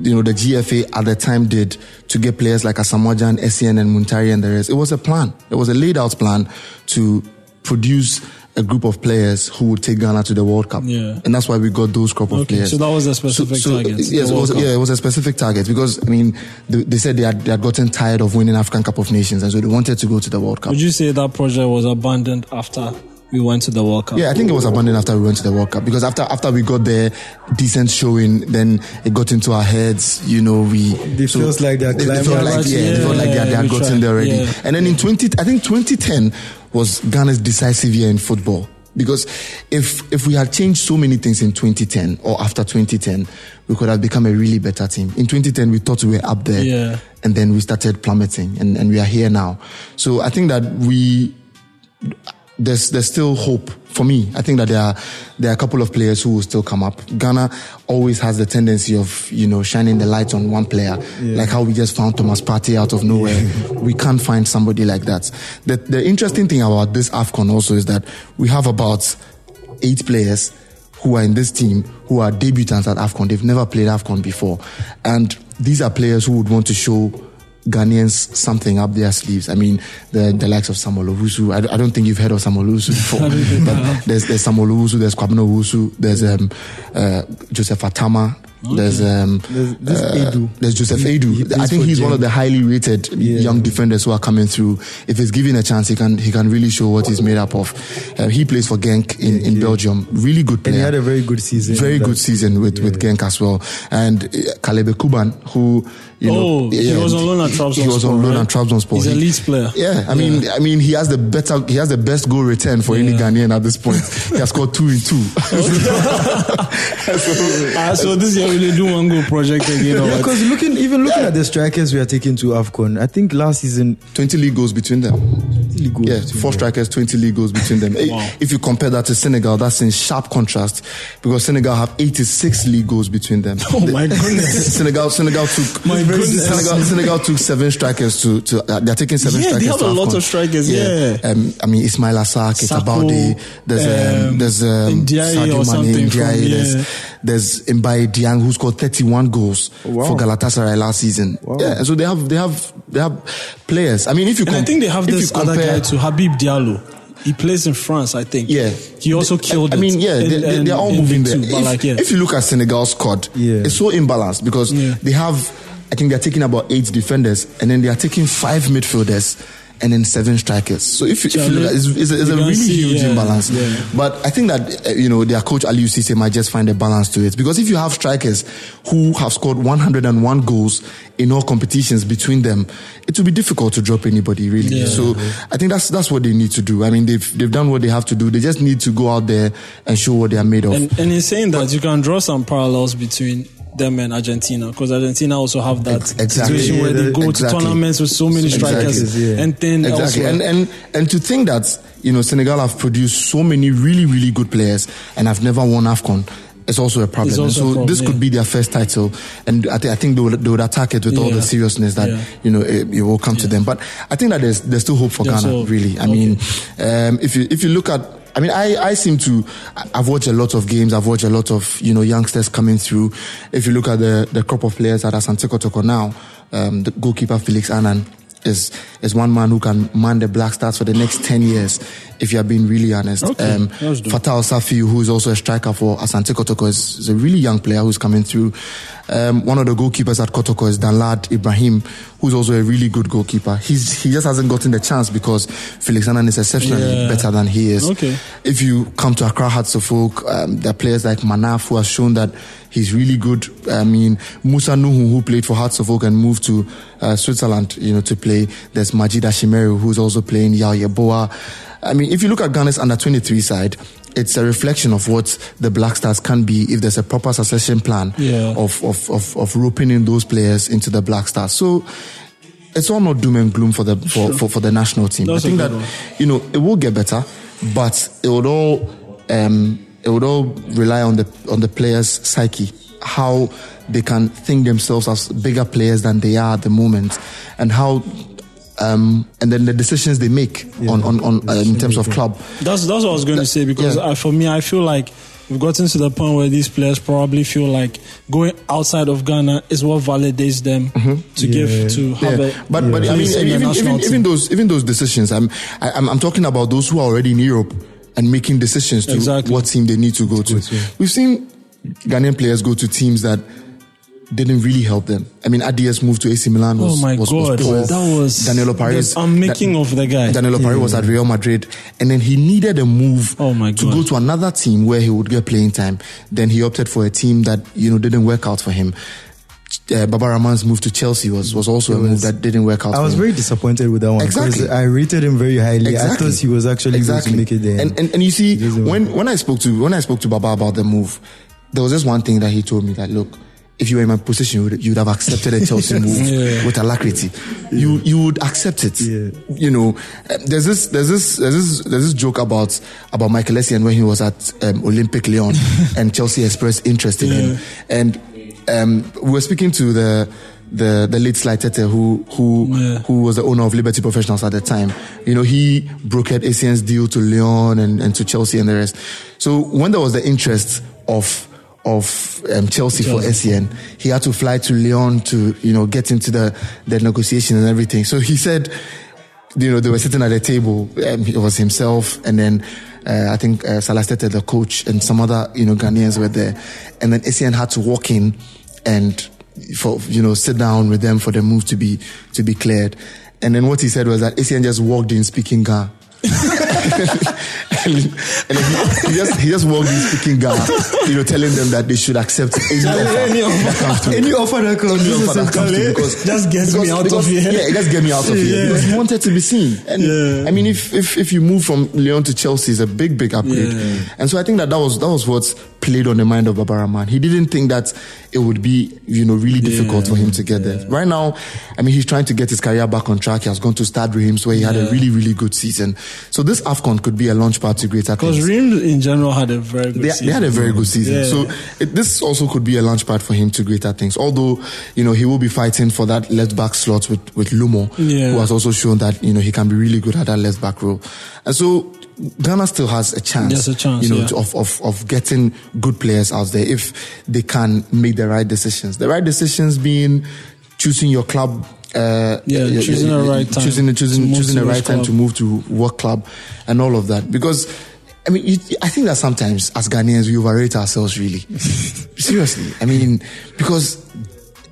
[SPEAKER 5] you know the GFA at the time did to get players like Asamoah Essien, and Muntari, and the rest. It was a plan. It was a laid out plan to produce a group of players who would take Ghana to the World Cup.
[SPEAKER 3] Yeah.
[SPEAKER 5] And that's why we got those crop of
[SPEAKER 3] Okay,
[SPEAKER 5] players.
[SPEAKER 3] so that was the specific target, the
[SPEAKER 5] Yes, it was,
[SPEAKER 3] World Cup.
[SPEAKER 5] yeah, it was a specific target because I mean they, they said they had, they had gotten tired of winning African Cup of Nations and so they wanted to go to the World Cup.
[SPEAKER 3] would you say that project was abandoned after we went to the World Cup?
[SPEAKER 5] yeah, I think it was abandoned after we went to the World Cup because after after we got there, decent showing, then it got into our heads. You know, we
[SPEAKER 4] They feels like they're
[SPEAKER 5] they- they felt
[SPEAKER 4] climbing.
[SPEAKER 5] like yeah, they felt like they, had- they had
[SPEAKER 3] Yeah, we
[SPEAKER 5] gotten
[SPEAKER 3] tried.
[SPEAKER 5] there already.
[SPEAKER 3] Yeah.
[SPEAKER 5] And then in twenty, I think twenty ten was Ghana's decisive year in football because if if we had changed so many things in twenty ten or after twenty ten, we could have become a really better team. In twenty ten, we thought we were up there
[SPEAKER 3] Yeah.
[SPEAKER 5] and then we started plummeting and, and we are here now so i think that we there's there's still hope for me i think that there are there are a couple of players who will still come up ghana always has the tendency of you know shining the light on one player like how we just found thomas Partey out of nowhere we can't find somebody like that the, the interesting thing about this afcon also is that we have about eight players who are in this team who are debutants at AFCON. They've never played AFCON before. And these are players who would want to show Ghanaians something up their sleeves. I mean, the, the likes of Samuel Owusu. I, I don't think you've heard of Samuel Owusu before. but there's, there's Samuel Owusu, there's Kwabena Owusu, there's um, uh, Joseph Atama. There's um,
[SPEAKER 4] There's- this Edu.
[SPEAKER 5] There's Joseph
[SPEAKER 4] He-
[SPEAKER 5] Edu.
[SPEAKER 4] he
[SPEAKER 5] I
[SPEAKER 4] plays
[SPEAKER 5] think
[SPEAKER 4] for
[SPEAKER 5] he's one
[SPEAKER 4] Genk.
[SPEAKER 5] of the highly rated
[SPEAKER 4] Yeah.
[SPEAKER 5] young defenders who are coming through. If he's given a chance, he can he can really show what he's made up of. Uh, he plays for Genk in, in Belgium. Really good player.
[SPEAKER 4] And he had a very good season.
[SPEAKER 5] Very
[SPEAKER 4] That-
[SPEAKER 5] good season with, with Genk as well. And uh, Caleb Kuban, who, you know.
[SPEAKER 3] Oh, he was on loan at
[SPEAKER 5] he- He
[SPEAKER 3] Trabzonspor,
[SPEAKER 5] was on loan
[SPEAKER 3] right?
[SPEAKER 5] at Trabzonspor.
[SPEAKER 3] He's a
[SPEAKER 5] He-
[SPEAKER 3] Leeds player.
[SPEAKER 5] Yeah, I mean, I mean, he has the better, he has the best goal return for any
[SPEAKER 3] Yeah.
[SPEAKER 5] Ghanaian at this point. he has scored two in two. So-
[SPEAKER 3] Ah, so this year we didn't do one goal project again. or
[SPEAKER 4] Yeah,
[SPEAKER 3] what?
[SPEAKER 4] because looking even looking at the strikers we are taking to Afcon, I think last season
[SPEAKER 5] 20 league goals between them. Yeah, four strikers, 20 league goals between them. Eh,
[SPEAKER 3] Wow.
[SPEAKER 5] If you compare that to Senegal, that's in sharp contrast because Senegal have 86 league goals between them.
[SPEAKER 3] Oh my goodness.
[SPEAKER 5] Senegal, Senegal took
[SPEAKER 3] My goodness.
[SPEAKER 5] Senegal, Senegal took seven strikers to, to uh, they're taking seven
[SPEAKER 3] Yeah, they
[SPEAKER 5] strikers.
[SPEAKER 3] have
[SPEAKER 5] to
[SPEAKER 3] a lot
[SPEAKER 5] AFCON.
[SPEAKER 3] of strikers, yeah.
[SPEAKER 5] Um, I mean Ismail Assar, Keita
[SPEAKER 3] Sakho,
[SPEAKER 5] Balde, there's um,
[SPEAKER 3] um,
[SPEAKER 5] there's um,
[SPEAKER 3] Ndiaye
[SPEAKER 5] Sadio
[SPEAKER 3] or
[SPEAKER 5] Mane,
[SPEAKER 3] something
[SPEAKER 5] Ndiaye,
[SPEAKER 3] from-
[SPEAKER 5] there's
[SPEAKER 3] yeah.
[SPEAKER 5] there's Mbaye Diang who scored 31 goals
[SPEAKER 4] Wow.
[SPEAKER 5] for Galatasaray last season. Yeah, and so they have they have they have players. I mean if you
[SPEAKER 3] And I
[SPEAKER 5] com-
[SPEAKER 3] think they have
[SPEAKER 5] if you
[SPEAKER 3] this other
[SPEAKER 5] compare-
[SPEAKER 3] guy too, Habib Diallo. He plays in France, I think.
[SPEAKER 5] yeah.
[SPEAKER 3] He also killed
[SPEAKER 5] I mean,
[SPEAKER 3] it
[SPEAKER 5] yeah,
[SPEAKER 3] in-
[SPEAKER 5] they, they,
[SPEAKER 3] in-
[SPEAKER 5] they're all
[SPEAKER 3] in
[SPEAKER 5] moving
[SPEAKER 3] League
[SPEAKER 5] there.
[SPEAKER 3] Two, but
[SPEAKER 5] if,
[SPEAKER 3] like, yeah.
[SPEAKER 5] if you look at Senegal's squad,
[SPEAKER 4] Yeah.
[SPEAKER 5] it's so imbalanced because
[SPEAKER 3] Yeah.
[SPEAKER 5] they have, I think they're taking about eight defenders and then they are taking five midfielders and then seven strikers. So if, you- if you look at it, it's, it's, a- it's a
[SPEAKER 3] You can
[SPEAKER 5] really
[SPEAKER 3] see,
[SPEAKER 5] huge
[SPEAKER 3] yeah,
[SPEAKER 5] imbalance.
[SPEAKER 3] yeah.
[SPEAKER 5] But I think that, uh, you know, their coach Ali Usise might just find a balance to it because if you have strikers who have scored 101 goals in all competitions between them, it will be difficult to drop anybody really.
[SPEAKER 3] Yeah.
[SPEAKER 5] So I think that's that's what they need to do. I mean, they've they've done what they have to do. They just need to go out there and show what they are made of.
[SPEAKER 3] And, and in saying that, you can draw some parallels between them and Argentina because Argentina also have that
[SPEAKER 5] Ex- exactly.
[SPEAKER 3] situation where they
[SPEAKER 4] Yeah,
[SPEAKER 3] go
[SPEAKER 5] exactly.
[SPEAKER 3] to tournaments with so many strikers
[SPEAKER 4] Exactly, yeah.
[SPEAKER 3] and then
[SPEAKER 5] exactly.
[SPEAKER 3] elsewhere.
[SPEAKER 5] And and and to think that you know Senegal have produced so many really really good players and have never won Afcon. It's also a problem.
[SPEAKER 3] It's
[SPEAKER 5] And
[SPEAKER 3] also
[SPEAKER 5] so
[SPEAKER 3] a problem,
[SPEAKER 5] this could
[SPEAKER 3] yeah.
[SPEAKER 5] be their first title, and I, thi- I think they would, they would attack it with all the
[SPEAKER 3] Yeah.
[SPEAKER 5] seriousness that
[SPEAKER 3] Yeah.
[SPEAKER 5] you know it, it will come to them. But I think that there's there's still hope for
[SPEAKER 3] There's
[SPEAKER 5] Ghana.
[SPEAKER 3] hope.
[SPEAKER 5] Really, I
[SPEAKER 3] Okay.
[SPEAKER 5] mean, um, if you if you look at I mean, I, I seem to. I- I've watched a lot of games. I've watched a lot of you know youngsters coming through. If you look at the the crop of players at Asante Kotoko now, um, the goalkeeper Felix Annan is is one man who can man the Black Stars for the next ten years. If you are being really honest,
[SPEAKER 3] Okay,
[SPEAKER 5] um,
[SPEAKER 3] that's dope.
[SPEAKER 5] Fatah Safi, who is also a striker for Asante Kotoko, is, is a really young player who's coming through. Um, one of the goalkeepers at Kotoko is Danlad Ibrahim, who's also a really good goalkeeper. He's he just hasn't gotten the chance because Felix Annan is exceptionally
[SPEAKER 3] Yeah.
[SPEAKER 5] better than he is.
[SPEAKER 3] Okay.
[SPEAKER 5] If you come to Accra Hearts of Oak, um, there are players like Manaf who have shown that he's really good. I mean, Musa Nuhu, who played for Hearts of Oak and moved to uh, Switzerland, you know, to play. There's Majid Ashimeru, who's also playing Yao Yeboah. I mean, if you look at Ghana's under 23 side, it's a reflection of what the Black Stars can be if there's a proper succession plan
[SPEAKER 3] Yeah.
[SPEAKER 5] of, of, of, of roping in those players into the Black Stars. So it's all not doom and gloom for the for, for, for the national team.
[SPEAKER 3] That's
[SPEAKER 5] I
[SPEAKER 3] a
[SPEAKER 5] think
[SPEAKER 3] good
[SPEAKER 5] that
[SPEAKER 3] one.
[SPEAKER 5] you know it will get better, but it would all um, it would all rely on the on the players' psyche, how they can think themselves as bigger players than they are at the moment, and how. Um, and then the decisions they make on, on, on uh, in terms of club.
[SPEAKER 3] That's that's what I was going to say because
[SPEAKER 5] yeah.
[SPEAKER 3] I, for me, I feel like we've gotten to the point where these players probably feel like going outside of Ghana is what validates them to give to
[SPEAKER 5] Mm-hmm.
[SPEAKER 3] have
[SPEAKER 5] Yeah.
[SPEAKER 3] a
[SPEAKER 5] But but I mean
[SPEAKER 3] place in the
[SPEAKER 5] even, even,
[SPEAKER 3] national team.
[SPEAKER 5] even those even those decisions. I'm I, I'm I'm talking about those who are already in Europe and making decisions to
[SPEAKER 3] Exactly.
[SPEAKER 5] what team they need to go to.
[SPEAKER 4] to.
[SPEAKER 5] We've seen Ghanaian players go to teams that didn't really help them. I mean, Adias moved to AC Milan was
[SPEAKER 3] oh my
[SPEAKER 5] was, was
[SPEAKER 3] god,
[SPEAKER 5] poor.
[SPEAKER 3] that was
[SPEAKER 5] Danilo Paris.
[SPEAKER 3] I'm making of the guy.
[SPEAKER 5] Danilo Paris was at Real Madrid, and then he needed a move
[SPEAKER 3] Oh my
[SPEAKER 5] to
[SPEAKER 3] God.
[SPEAKER 5] go to another team where he would get playing time. Then he opted for a team that you know didn't work out for him. Uh, Babaraman's move to Chelsea was was also a move that didn't work out.
[SPEAKER 4] I
[SPEAKER 5] for
[SPEAKER 4] was
[SPEAKER 5] him.
[SPEAKER 4] very disappointed with that one. 'cause
[SPEAKER 5] Exactly.
[SPEAKER 4] I rated him very highly. I
[SPEAKER 5] Exactly.
[SPEAKER 4] thought he was actually going to make it there.
[SPEAKER 5] And, and and you see,
[SPEAKER 4] doesn't
[SPEAKER 5] when when I spoke to when I spoke to Baba about the move, there was just one thing that he told me that look, if you were in my position, you would, you would have accepted a Chelsea move
[SPEAKER 3] Yeah.
[SPEAKER 5] with alacrity. You you would accept it.
[SPEAKER 4] Yeah.
[SPEAKER 5] You know, uh, there's this there's this there's this there's this joke about about Michael Essien when he was at um, Olympic Lyon and Chelsea expressed interest in him, and um, we were speaking to the. The, the late Sly Tete, who who
[SPEAKER 3] Yeah.
[SPEAKER 5] who was the owner of Liberty Professionals at the time. You know, he brokered ACN's deal to Lyon and, and to Chelsea and the rest. So when there was the interest of of um, Chelsea, for ACN, he had to fly to Lyon to you know get into the the negotiation and everything. So he said, you know, they were sitting at a table. Um, it was himself and then Uh, I think uh, Salah Stete, the coach, and some other you know Ghanaians were there, and then Essien had to walk in and for you know sit down with them for the move to be to be cleared. And then what he said was that Essien just walked in speaking Ga. and and he, he just he just walked in speaking Ga, you know, telling them that they should accept any
[SPEAKER 3] Any
[SPEAKER 5] offer
[SPEAKER 3] offer.
[SPEAKER 5] that comes through.
[SPEAKER 4] Any offer that comes,
[SPEAKER 5] Any
[SPEAKER 4] this
[SPEAKER 5] offer
[SPEAKER 4] is
[SPEAKER 5] that comes through,
[SPEAKER 3] Kale,
[SPEAKER 5] because-
[SPEAKER 3] just get me out of here.
[SPEAKER 5] Yeah, just get me out of here
[SPEAKER 3] Yeah.
[SPEAKER 5] because he wanted to be seen. And
[SPEAKER 3] Yeah.
[SPEAKER 5] I mean, if, if if you move from Lyon to Chelsea, is a big big upgrade.
[SPEAKER 3] Yeah.
[SPEAKER 5] And so I think that that was that was what played on the mind of Barbara Man. He didn't think that it would be you know really difficult for him to get there. Right now, I mean, he's trying to get his career back on track. He has gone to Stade Reims where he had a really really good season. So this Afcon could be a launch pad to greater
[SPEAKER 3] Because
[SPEAKER 5] things.
[SPEAKER 3] Reims in general had a very good
[SPEAKER 5] They,
[SPEAKER 3] season.
[SPEAKER 5] they had a very good season.
[SPEAKER 3] Yeah.
[SPEAKER 5] So it, this also could be a launch pad for him to greater things. Although, you know, he will be fighting for that left back slot with, with Lumo,
[SPEAKER 3] Yeah.
[SPEAKER 5] who has also shown that, you know, he can be really good at that left back role. And so Ghana still has a chance,
[SPEAKER 3] There's a chance,
[SPEAKER 5] you know,
[SPEAKER 3] yeah.
[SPEAKER 5] to- of, of, of getting good players out there if they can make the right decisions. The right decisions being choosing your club. Uh,
[SPEAKER 3] Yeah,
[SPEAKER 5] your-
[SPEAKER 3] choosing
[SPEAKER 5] your-
[SPEAKER 3] the right time
[SPEAKER 5] choosing,
[SPEAKER 3] to
[SPEAKER 5] choosing,
[SPEAKER 3] move
[SPEAKER 5] choosing
[SPEAKER 3] to
[SPEAKER 5] the
[SPEAKER 3] which
[SPEAKER 5] right time
[SPEAKER 3] club.
[SPEAKER 5] to move to work club and all of that because I mean, you, I think that sometimes as Ghanaians we overrate ourselves. Really, seriously. I mean, because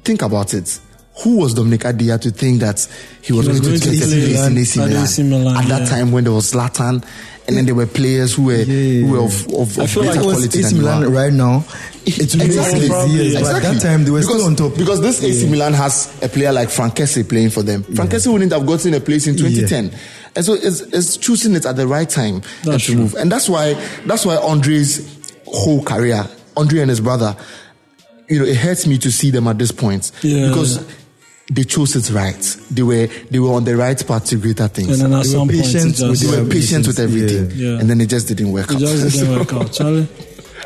[SPEAKER 5] think about it. Who was Dominic Adia to think that he was,
[SPEAKER 3] He was
[SPEAKER 5] going to
[SPEAKER 3] going to
[SPEAKER 5] get a
[SPEAKER 3] play
[SPEAKER 5] place in
[SPEAKER 3] at-
[SPEAKER 5] AC
[SPEAKER 3] at
[SPEAKER 5] Milan,
[SPEAKER 3] AC Milan,
[SPEAKER 5] at that
[SPEAKER 3] yeah.
[SPEAKER 5] time when there was Zlatan, and then there were players who were who were of, of,
[SPEAKER 3] I
[SPEAKER 5] of
[SPEAKER 3] feel
[SPEAKER 5] greater
[SPEAKER 3] like it was
[SPEAKER 5] quality
[SPEAKER 4] AC
[SPEAKER 5] than you are.
[SPEAKER 4] Milan right now. It will
[SPEAKER 5] Exactly.
[SPEAKER 4] exactly. make sense, yes, but
[SPEAKER 5] Exactly.
[SPEAKER 4] at that time they were
[SPEAKER 5] because,
[SPEAKER 4] still on top.
[SPEAKER 5] Because this AC Milan has a player like Frankese playing for them. Frankese wouldn't have gotten a place in 2010. And so it's, it's choosing it at the right time and
[SPEAKER 3] That's
[SPEAKER 5] to
[SPEAKER 3] true.
[SPEAKER 5] move. And that's why that's why Andre's whole career, Andre and his brother, you know, it hurts me to see them at this point.
[SPEAKER 3] Yeah.
[SPEAKER 5] Because they chose it right. They were they were on the right path to greater
[SPEAKER 3] and
[SPEAKER 5] things.
[SPEAKER 3] then at some point, it
[SPEAKER 4] patient
[SPEAKER 3] just,
[SPEAKER 4] with
[SPEAKER 5] they
[SPEAKER 4] their
[SPEAKER 5] were patient
[SPEAKER 4] ambitions.
[SPEAKER 5] with everything.
[SPEAKER 3] Yeah. Yeah.
[SPEAKER 5] And then it just didn't work
[SPEAKER 3] it
[SPEAKER 5] out.
[SPEAKER 3] just didn't work out, Charlie.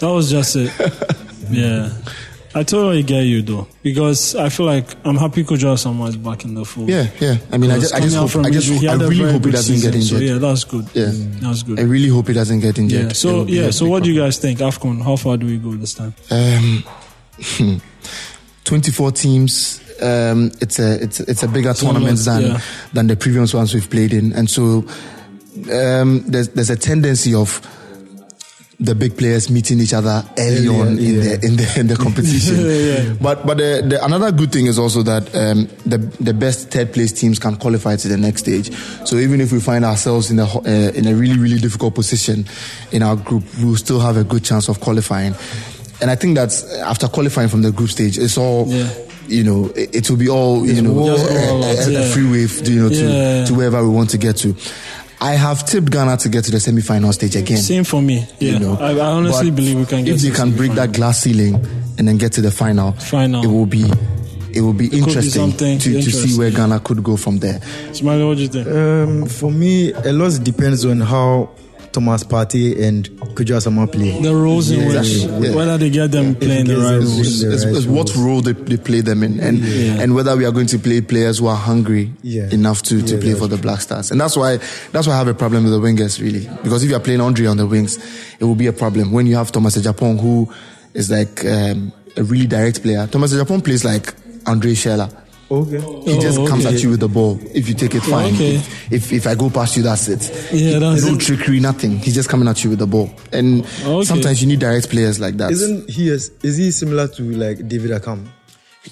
[SPEAKER 3] That was just it. Yeah. I totally get you though, because I feel like I'm happy Kojo Sama is back in the fold.
[SPEAKER 5] Yeah, yeah. I mean, I just, I just hope, I just, I really hope he doesn't get injured.
[SPEAKER 3] So yeah, that's good.
[SPEAKER 5] Yeah.
[SPEAKER 3] that's good.
[SPEAKER 5] I really hope he doesn't get injured.
[SPEAKER 3] yeah. So
[SPEAKER 5] It'll be
[SPEAKER 3] yeah.
[SPEAKER 5] a
[SPEAKER 3] So
[SPEAKER 5] big
[SPEAKER 3] what do you guys think, Afcon? How far do we go this time?
[SPEAKER 5] problem. Um, 24 teams. Um, it's a it's it's a bigger
[SPEAKER 3] a lot,
[SPEAKER 5] tournament than
[SPEAKER 3] yeah.
[SPEAKER 5] than the previous ones we've played in, and so um, there's there's a tendency of the big players meeting each other early
[SPEAKER 4] Early
[SPEAKER 5] on in
[SPEAKER 4] on, yeah.
[SPEAKER 5] the in the in the competition.
[SPEAKER 3] Yeah.
[SPEAKER 5] But but the, the, another good thing is also that um, the the best third place teams can qualify to the next stage. So even if we find ourselves in a ho- uh, in a really really difficult position in our group, we'll still have a good chance of qualifying. And I think that after qualifying from the group stage, it's all.
[SPEAKER 3] Yeah.
[SPEAKER 5] You know, it, it will be all you know,
[SPEAKER 3] Just
[SPEAKER 5] a-
[SPEAKER 3] all out,
[SPEAKER 5] a, a
[SPEAKER 3] yeah.
[SPEAKER 5] free wave, you know, to,
[SPEAKER 3] Yeah.
[SPEAKER 5] to wherever we want to get to. I have tipped Ghana to get to the semi-final stage again
[SPEAKER 3] Same for me. Yeah,
[SPEAKER 5] you know.
[SPEAKER 3] I, I honestly
[SPEAKER 5] But
[SPEAKER 3] believe we can get.
[SPEAKER 5] If they
[SPEAKER 3] to
[SPEAKER 5] can
[SPEAKER 3] the
[SPEAKER 5] break that glass ceiling and then get to the final,
[SPEAKER 3] Final.
[SPEAKER 5] it will be it will be
[SPEAKER 3] be
[SPEAKER 5] interesting
[SPEAKER 3] something
[SPEAKER 5] to, to see
[SPEAKER 3] interesting.
[SPEAKER 5] where Ghana could go from there.
[SPEAKER 3] semi-final. Smiley, what do you think?
[SPEAKER 4] Um, for me, a lot depends on how Thomas Partey and Kujo Asama play.
[SPEAKER 3] the roles in which
[SPEAKER 5] exactly, yeah.
[SPEAKER 3] whether they get them playing the
[SPEAKER 4] gets
[SPEAKER 3] right
[SPEAKER 4] them
[SPEAKER 3] roles.
[SPEAKER 4] in the
[SPEAKER 5] It's,
[SPEAKER 4] right
[SPEAKER 5] it's what role they, they play them in, and
[SPEAKER 3] Yeah.
[SPEAKER 5] and whether we are going to play players who are hungry
[SPEAKER 4] Yeah.
[SPEAKER 5] enough to, to
[SPEAKER 4] Yeah,
[SPEAKER 5] play
[SPEAKER 4] that's
[SPEAKER 5] for the Black Stars, and that's why that's why I have a problem with the wingers really, because if you are playing Andre on the wings, it will be a problem when you have Thomas Japon who is like um, a really direct player. Thomas Japon plays like Andre Scheller.
[SPEAKER 4] Okay.
[SPEAKER 5] He just
[SPEAKER 3] Oh,
[SPEAKER 5] comes
[SPEAKER 3] okay.
[SPEAKER 5] at you with the ball. If you take it, fine.
[SPEAKER 3] okay.
[SPEAKER 5] If, if if I go past you, that's it.
[SPEAKER 3] Yeah, that's
[SPEAKER 5] no
[SPEAKER 3] it.
[SPEAKER 5] trickery, nothing. He's just coming at you with the ball, and
[SPEAKER 3] Okay.
[SPEAKER 5] sometimes you need direct players like that.
[SPEAKER 4] Isn't he is, is he similar to like David Akam?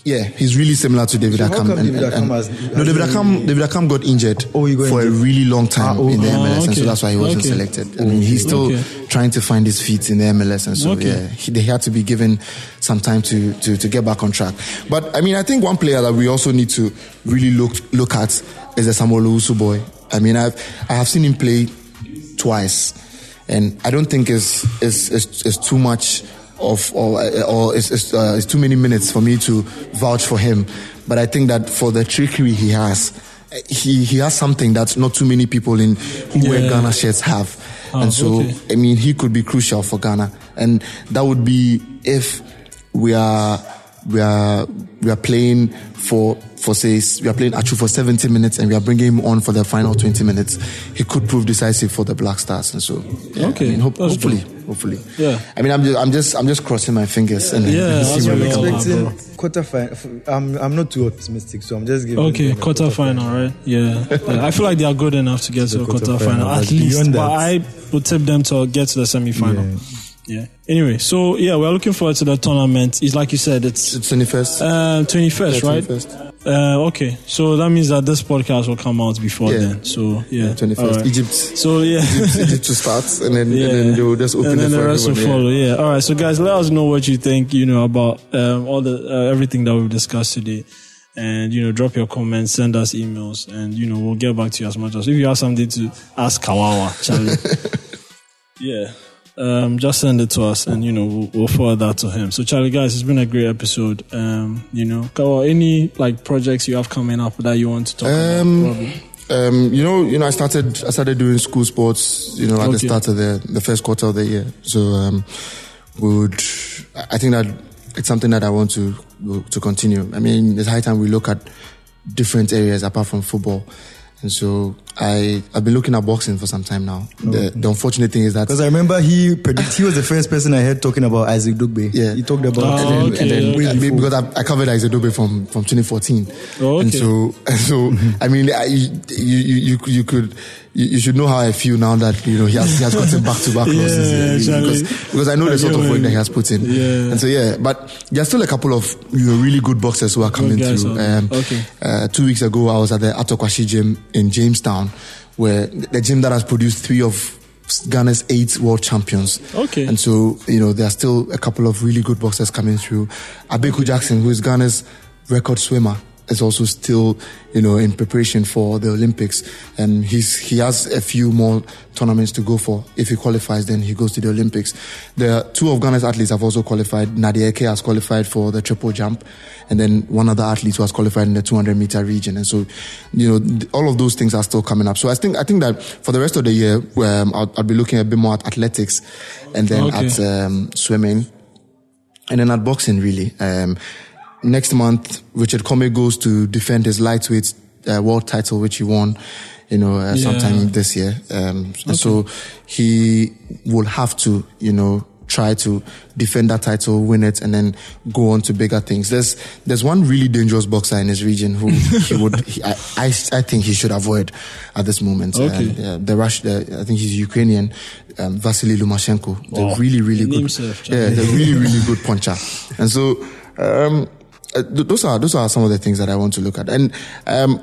[SPEAKER 5] yeah, he's really similar to David
[SPEAKER 4] So how
[SPEAKER 5] Akam.
[SPEAKER 4] come David Akam has-
[SPEAKER 5] no,
[SPEAKER 4] has
[SPEAKER 5] David
[SPEAKER 4] been-
[SPEAKER 5] Akam, David Akam got injured
[SPEAKER 4] Oh, he got
[SPEAKER 5] for
[SPEAKER 4] injured.
[SPEAKER 5] a really long time
[SPEAKER 4] Ah, oh,
[SPEAKER 5] in the
[SPEAKER 4] ah,
[SPEAKER 5] MLS, and so
[SPEAKER 3] okay.
[SPEAKER 5] that's why he wasn't
[SPEAKER 3] Okay.
[SPEAKER 5] selected. I mean, he's still
[SPEAKER 3] Okay.
[SPEAKER 5] trying to find his feet in the MLS, and so
[SPEAKER 3] Okay.
[SPEAKER 5] yeah, he, they had to be given some time to, to to get back on track. But I mean, I think one player that we also need to really look look at is the Samuel Owusu boy. I mean, I've I have seen him play twice, and I don't think it's it's it's, it's too much. Of or or it's, it's, uh, it's too many minutes for me to vouch for him, but I think that for the trickery he has, he he has something that not too many people in who wear
[SPEAKER 3] Yeah.
[SPEAKER 5] Ghana shirts have,
[SPEAKER 3] Oh,
[SPEAKER 5] and so
[SPEAKER 3] okay.
[SPEAKER 5] I mean, he could be crucial for Ghana, and that would be if we are we are we are playing for for say we are playing Achu for 70 minutes and we are bringing him on for the final 20 minutes. He could prove decisive for the Black Stars, and so yeah,
[SPEAKER 3] Okay,
[SPEAKER 5] I mean, hope,
[SPEAKER 3] that's
[SPEAKER 5] hopefully, hopefully.
[SPEAKER 3] Yeah.
[SPEAKER 5] I mean, I'm just I'm just I'm just crossing my fingers and
[SPEAKER 3] Yeah,
[SPEAKER 5] and
[SPEAKER 3] that's
[SPEAKER 5] see where
[SPEAKER 3] what
[SPEAKER 5] we can.
[SPEAKER 3] we all
[SPEAKER 5] go.
[SPEAKER 3] want.
[SPEAKER 4] Expecting quarter final. I'm I'm not too optimistic, so I'm just giving.
[SPEAKER 3] Okay,
[SPEAKER 4] them a
[SPEAKER 3] quarter final, right? Yeah. Yeah, I feel like they are good enough to get to the quarter final, at
[SPEAKER 4] but
[SPEAKER 3] least.
[SPEAKER 4] beyond
[SPEAKER 3] But
[SPEAKER 4] that-
[SPEAKER 3] I would tip them to get to the semi final. Yeah. Anyway, so yeah, we're looking forward to the tournament. It's like you said, it's
[SPEAKER 5] It's 21st.
[SPEAKER 3] uh, 21st,
[SPEAKER 5] Yeah,
[SPEAKER 3] right?
[SPEAKER 5] 21st.
[SPEAKER 3] Uh, okay, so that means that this podcast will come out before
[SPEAKER 5] Yeah.
[SPEAKER 3] then. So yeah,
[SPEAKER 5] 21st.
[SPEAKER 3] All right.
[SPEAKER 5] Egypt.
[SPEAKER 3] So yeah.
[SPEAKER 5] Egypt to start and then
[SPEAKER 3] Yeah.
[SPEAKER 5] and then they will just open
[SPEAKER 3] And
[SPEAKER 5] it
[SPEAKER 3] then
[SPEAKER 5] for
[SPEAKER 3] the rest will
[SPEAKER 5] everyone, yeah.
[SPEAKER 3] follow. Yeah. All right. So guys, let us know what you think. You know about um, all the uh, everything that we've discussed today, and you know, drop your comments, send us emails, and you know, we'll get back to you as much as if you have something to ask Kawawa, Charlie. yeah. Um, just send it to us, and you know, we'll, we'll forward that to him. So, Charlie, guys, it's been a great episode. Um, you know, Kawawa, any like projects you have coming up that you want to talk
[SPEAKER 5] Um,
[SPEAKER 3] about? probably?
[SPEAKER 5] Um, you know, you know, I started I started doing school sports. You know, at the
[SPEAKER 3] Okay.
[SPEAKER 5] start of the the first quarter of the year. So um, we would. I I think that it's something that I want to to continue. I mean, it's high time we look at different areas apart from football. And so I I've been looking at boxing for some time now. The, the unfortunate thing is that
[SPEAKER 4] Because I remember he predict, he was the first person I heard talking about Isaac Dugbe.
[SPEAKER 5] Yeah.
[SPEAKER 4] He talked about
[SPEAKER 3] Oh,
[SPEAKER 5] and then,
[SPEAKER 3] okay,
[SPEAKER 5] and then
[SPEAKER 3] okay.
[SPEAKER 5] I mean, because I, I covered Isaac Dobe from from 2014,
[SPEAKER 3] Oh,
[SPEAKER 5] and
[SPEAKER 3] okay.
[SPEAKER 5] so and so I mean I, you, you you you could you, you should know how I feel now that you know he has he has gotten back to back
[SPEAKER 3] Yeah,
[SPEAKER 5] losses yeah,
[SPEAKER 3] exactly.
[SPEAKER 5] because because I know the
[SPEAKER 3] I
[SPEAKER 5] sort
[SPEAKER 3] get
[SPEAKER 5] of
[SPEAKER 3] what
[SPEAKER 5] work
[SPEAKER 3] you
[SPEAKER 5] that he
[SPEAKER 3] mean.
[SPEAKER 5] has put in,
[SPEAKER 3] Yeah.
[SPEAKER 5] and so yeah, but there's still a couple of you know really good boxers who are coming
[SPEAKER 3] guys
[SPEAKER 5] through.
[SPEAKER 3] out there. Okay.
[SPEAKER 5] uh, two weeks ago I was at the Atokwashi gym in Jamestown, where the gym that has produced three of Ghana's eight world champions.
[SPEAKER 3] Okay.
[SPEAKER 5] And so, you know, there are still a couple of really good boxers coming through. Abeku Jackson, who is Ghana's record swimmer, is also still, you know, in preparation for the Olympics. And he's, he has a few more tournaments to go for. If he qualifies, then he goes to the Olympics. The two of Ghana's athletes have also qualified. Nadieke has qualified for the triple jump. And then one other athlete who has qualified in the 200 meter region. And so, you know, th- all of those things are still coming up. So I think, I think that for the rest of the year, um, I'll, I'll be looking a bit more at athletics and then
[SPEAKER 3] Okay.
[SPEAKER 5] at um, swimming and then at boxing really um, next month richard comey goes to defend his lightweight uh, world title which he won you know uh, sometime this year um, and so he will have to you know try to defend that title win it and then go on to bigger things there's there's one really dangerous boxer in his region who he would he, I, I i think he should avoid at this moment
[SPEAKER 3] Okay.
[SPEAKER 5] And, uh, the rush the, i think he's ukrainian um, vasily lumashenko the
[SPEAKER 3] Wow.
[SPEAKER 5] really really
[SPEAKER 3] Name
[SPEAKER 5] good
[SPEAKER 3] served,
[SPEAKER 5] yeah yeah, he's a really, really good puncher. And so, um, uh, th- those are those are some of the things that I want to look at. And um,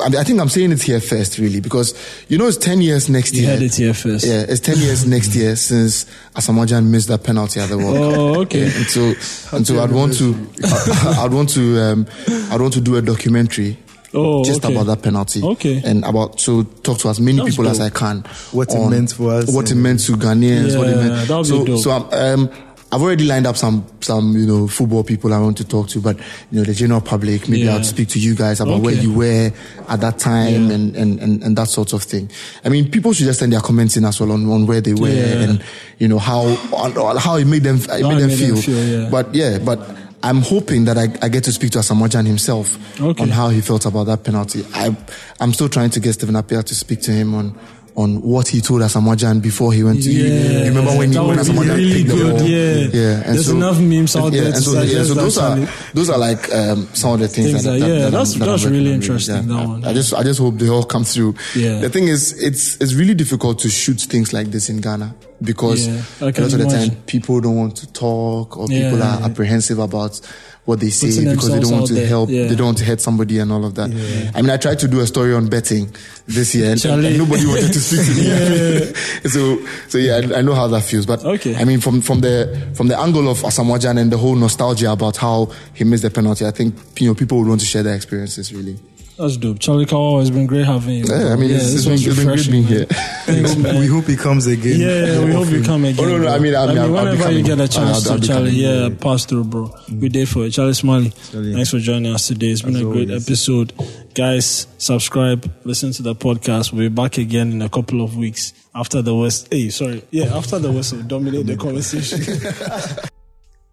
[SPEAKER 5] I, I think I'm saying it here first, really, because you know it's ten years next
[SPEAKER 3] You
[SPEAKER 5] year.
[SPEAKER 3] had it here first.
[SPEAKER 5] Yeah, it's ten years next year since Asamoah missed that penalty at the World Cup.
[SPEAKER 3] Oh, okay.
[SPEAKER 5] Yeah, and so, and so I'd want to, I'd want to, um, I'd want to do a documentary.
[SPEAKER 3] Oh,
[SPEAKER 5] just
[SPEAKER 3] okay.
[SPEAKER 5] about that penalty.
[SPEAKER 3] Okay.
[SPEAKER 5] And about so talk to as many
[SPEAKER 3] That's
[SPEAKER 5] people as
[SPEAKER 3] dope.
[SPEAKER 5] I can.
[SPEAKER 4] What it
[SPEAKER 5] on
[SPEAKER 4] meant for us
[SPEAKER 5] What it
[SPEAKER 4] and-
[SPEAKER 5] meant to Ghanaians. what it
[SPEAKER 3] Yeah,
[SPEAKER 5] meant.
[SPEAKER 3] that would be
[SPEAKER 5] so,
[SPEAKER 3] dope.
[SPEAKER 5] so um, um, I've already lined up some some you know football people I want to talk to, but you know the general public. Maybe
[SPEAKER 3] Yeah.
[SPEAKER 5] I'll speak to you guys about where
[SPEAKER 3] Okay.
[SPEAKER 5] you were at that time
[SPEAKER 3] Yeah.
[SPEAKER 5] and, and, and, and that sort of thing. I mean, people should just send their comments in as well on, on where they were
[SPEAKER 3] Yeah.
[SPEAKER 5] and you know how on, on how it made them it made, them, feel.
[SPEAKER 3] yeah.
[SPEAKER 5] But yeah, but. I'm hoping that I, I get to speak to Asamoah himself
[SPEAKER 3] Okay.
[SPEAKER 5] on how he felt about that penalty. I, I'm still trying to get Stephen Appiah to speak to him on, on what he told Asamoah before he went to you-
[SPEAKER 3] Yeah.
[SPEAKER 5] You remember when
[SPEAKER 3] That
[SPEAKER 5] you when
[SPEAKER 3] would be
[SPEAKER 5] someone
[SPEAKER 3] really
[SPEAKER 5] picked
[SPEAKER 3] good,
[SPEAKER 5] the ball?
[SPEAKER 3] yeah.
[SPEAKER 5] yeah. And
[SPEAKER 3] There's
[SPEAKER 5] so,
[SPEAKER 3] enough memes out
[SPEAKER 5] and,
[SPEAKER 3] there
[SPEAKER 5] Yeah,
[SPEAKER 3] to
[SPEAKER 5] and so, yeah,
[SPEAKER 3] suggest
[SPEAKER 5] so
[SPEAKER 3] that
[SPEAKER 5] those
[SPEAKER 3] Charlie-
[SPEAKER 5] are those are like um, some of the things,
[SPEAKER 3] Things
[SPEAKER 5] that,
[SPEAKER 3] that-
[SPEAKER 5] that,
[SPEAKER 3] yeah,
[SPEAKER 5] that I'm-
[SPEAKER 3] that's-
[SPEAKER 5] that I'm
[SPEAKER 3] that's
[SPEAKER 5] working
[SPEAKER 3] really
[SPEAKER 5] on,
[SPEAKER 3] interesting, that
[SPEAKER 5] I-
[SPEAKER 3] one.
[SPEAKER 5] I just I just hope they all come through.
[SPEAKER 3] Yeah.
[SPEAKER 5] The thing is, it's it's really difficult to shoot things like this in Ghana because
[SPEAKER 3] Yeah, I
[SPEAKER 5] a lot
[SPEAKER 3] can
[SPEAKER 5] of the time
[SPEAKER 3] imagine.
[SPEAKER 5] people don't want to talk or
[SPEAKER 3] Yeah,
[SPEAKER 5] people are
[SPEAKER 3] yeah.
[SPEAKER 5] apprehensive about what they say
[SPEAKER 3] Putting
[SPEAKER 5] because they
[SPEAKER 3] themselves
[SPEAKER 5] don't want to
[SPEAKER 3] out there,
[SPEAKER 5] help.
[SPEAKER 3] yeah.
[SPEAKER 5] They don't want to hurt somebody and all of that. I mean, I tried to do a story on betting this year, and, and
[SPEAKER 3] Charlie.
[SPEAKER 5] nobody wanted to speak to me. so, so yeah, I, I know how that feels. But
[SPEAKER 3] Okay.
[SPEAKER 5] I mean, from from the from the angle of Asamoah and the whole nostalgia about how he missed the penalty, I think you know people would want to share their experiences. Really,
[SPEAKER 3] That's dope. Charlie Kawawa, it's been great having you.
[SPEAKER 5] yeah, I mean, it's, it's
[SPEAKER 3] this
[SPEAKER 5] been,
[SPEAKER 3] was
[SPEAKER 5] it's been great
[SPEAKER 3] refreshing,
[SPEAKER 5] being
[SPEAKER 3] man.
[SPEAKER 5] here.
[SPEAKER 3] Thanks,
[SPEAKER 4] We
[SPEAKER 3] man.
[SPEAKER 4] hope he comes again.
[SPEAKER 3] Yeah, yeah, we hope you come again.
[SPEAKER 5] Oh, no, no,
[SPEAKER 3] bro.
[SPEAKER 5] I mean, I mean, I'll- I'll be
[SPEAKER 3] whenever
[SPEAKER 5] coming.
[SPEAKER 3] you get a
[SPEAKER 5] I'll-
[SPEAKER 3] chance
[SPEAKER 5] I'll
[SPEAKER 3] to,
[SPEAKER 5] be
[SPEAKER 3] Charlie,
[SPEAKER 5] coming, Mm.
[SPEAKER 3] yeah, pass through, bro. We there for it. Charlie Smiley,
[SPEAKER 4] Charlie.
[SPEAKER 3] thanks for joining us today. It's been
[SPEAKER 4] As
[SPEAKER 3] a great
[SPEAKER 4] always.
[SPEAKER 3] episode. Guys, subscribe, listen to the podcast. We'll be back again in a couple of weeks after the West. Hey, sorry. Yeah, after the West, will dominate the conversation.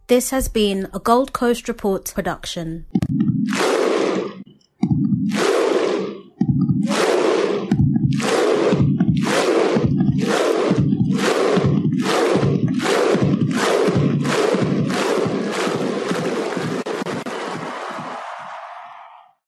[SPEAKER 1] This has been a Gold Coast Report production.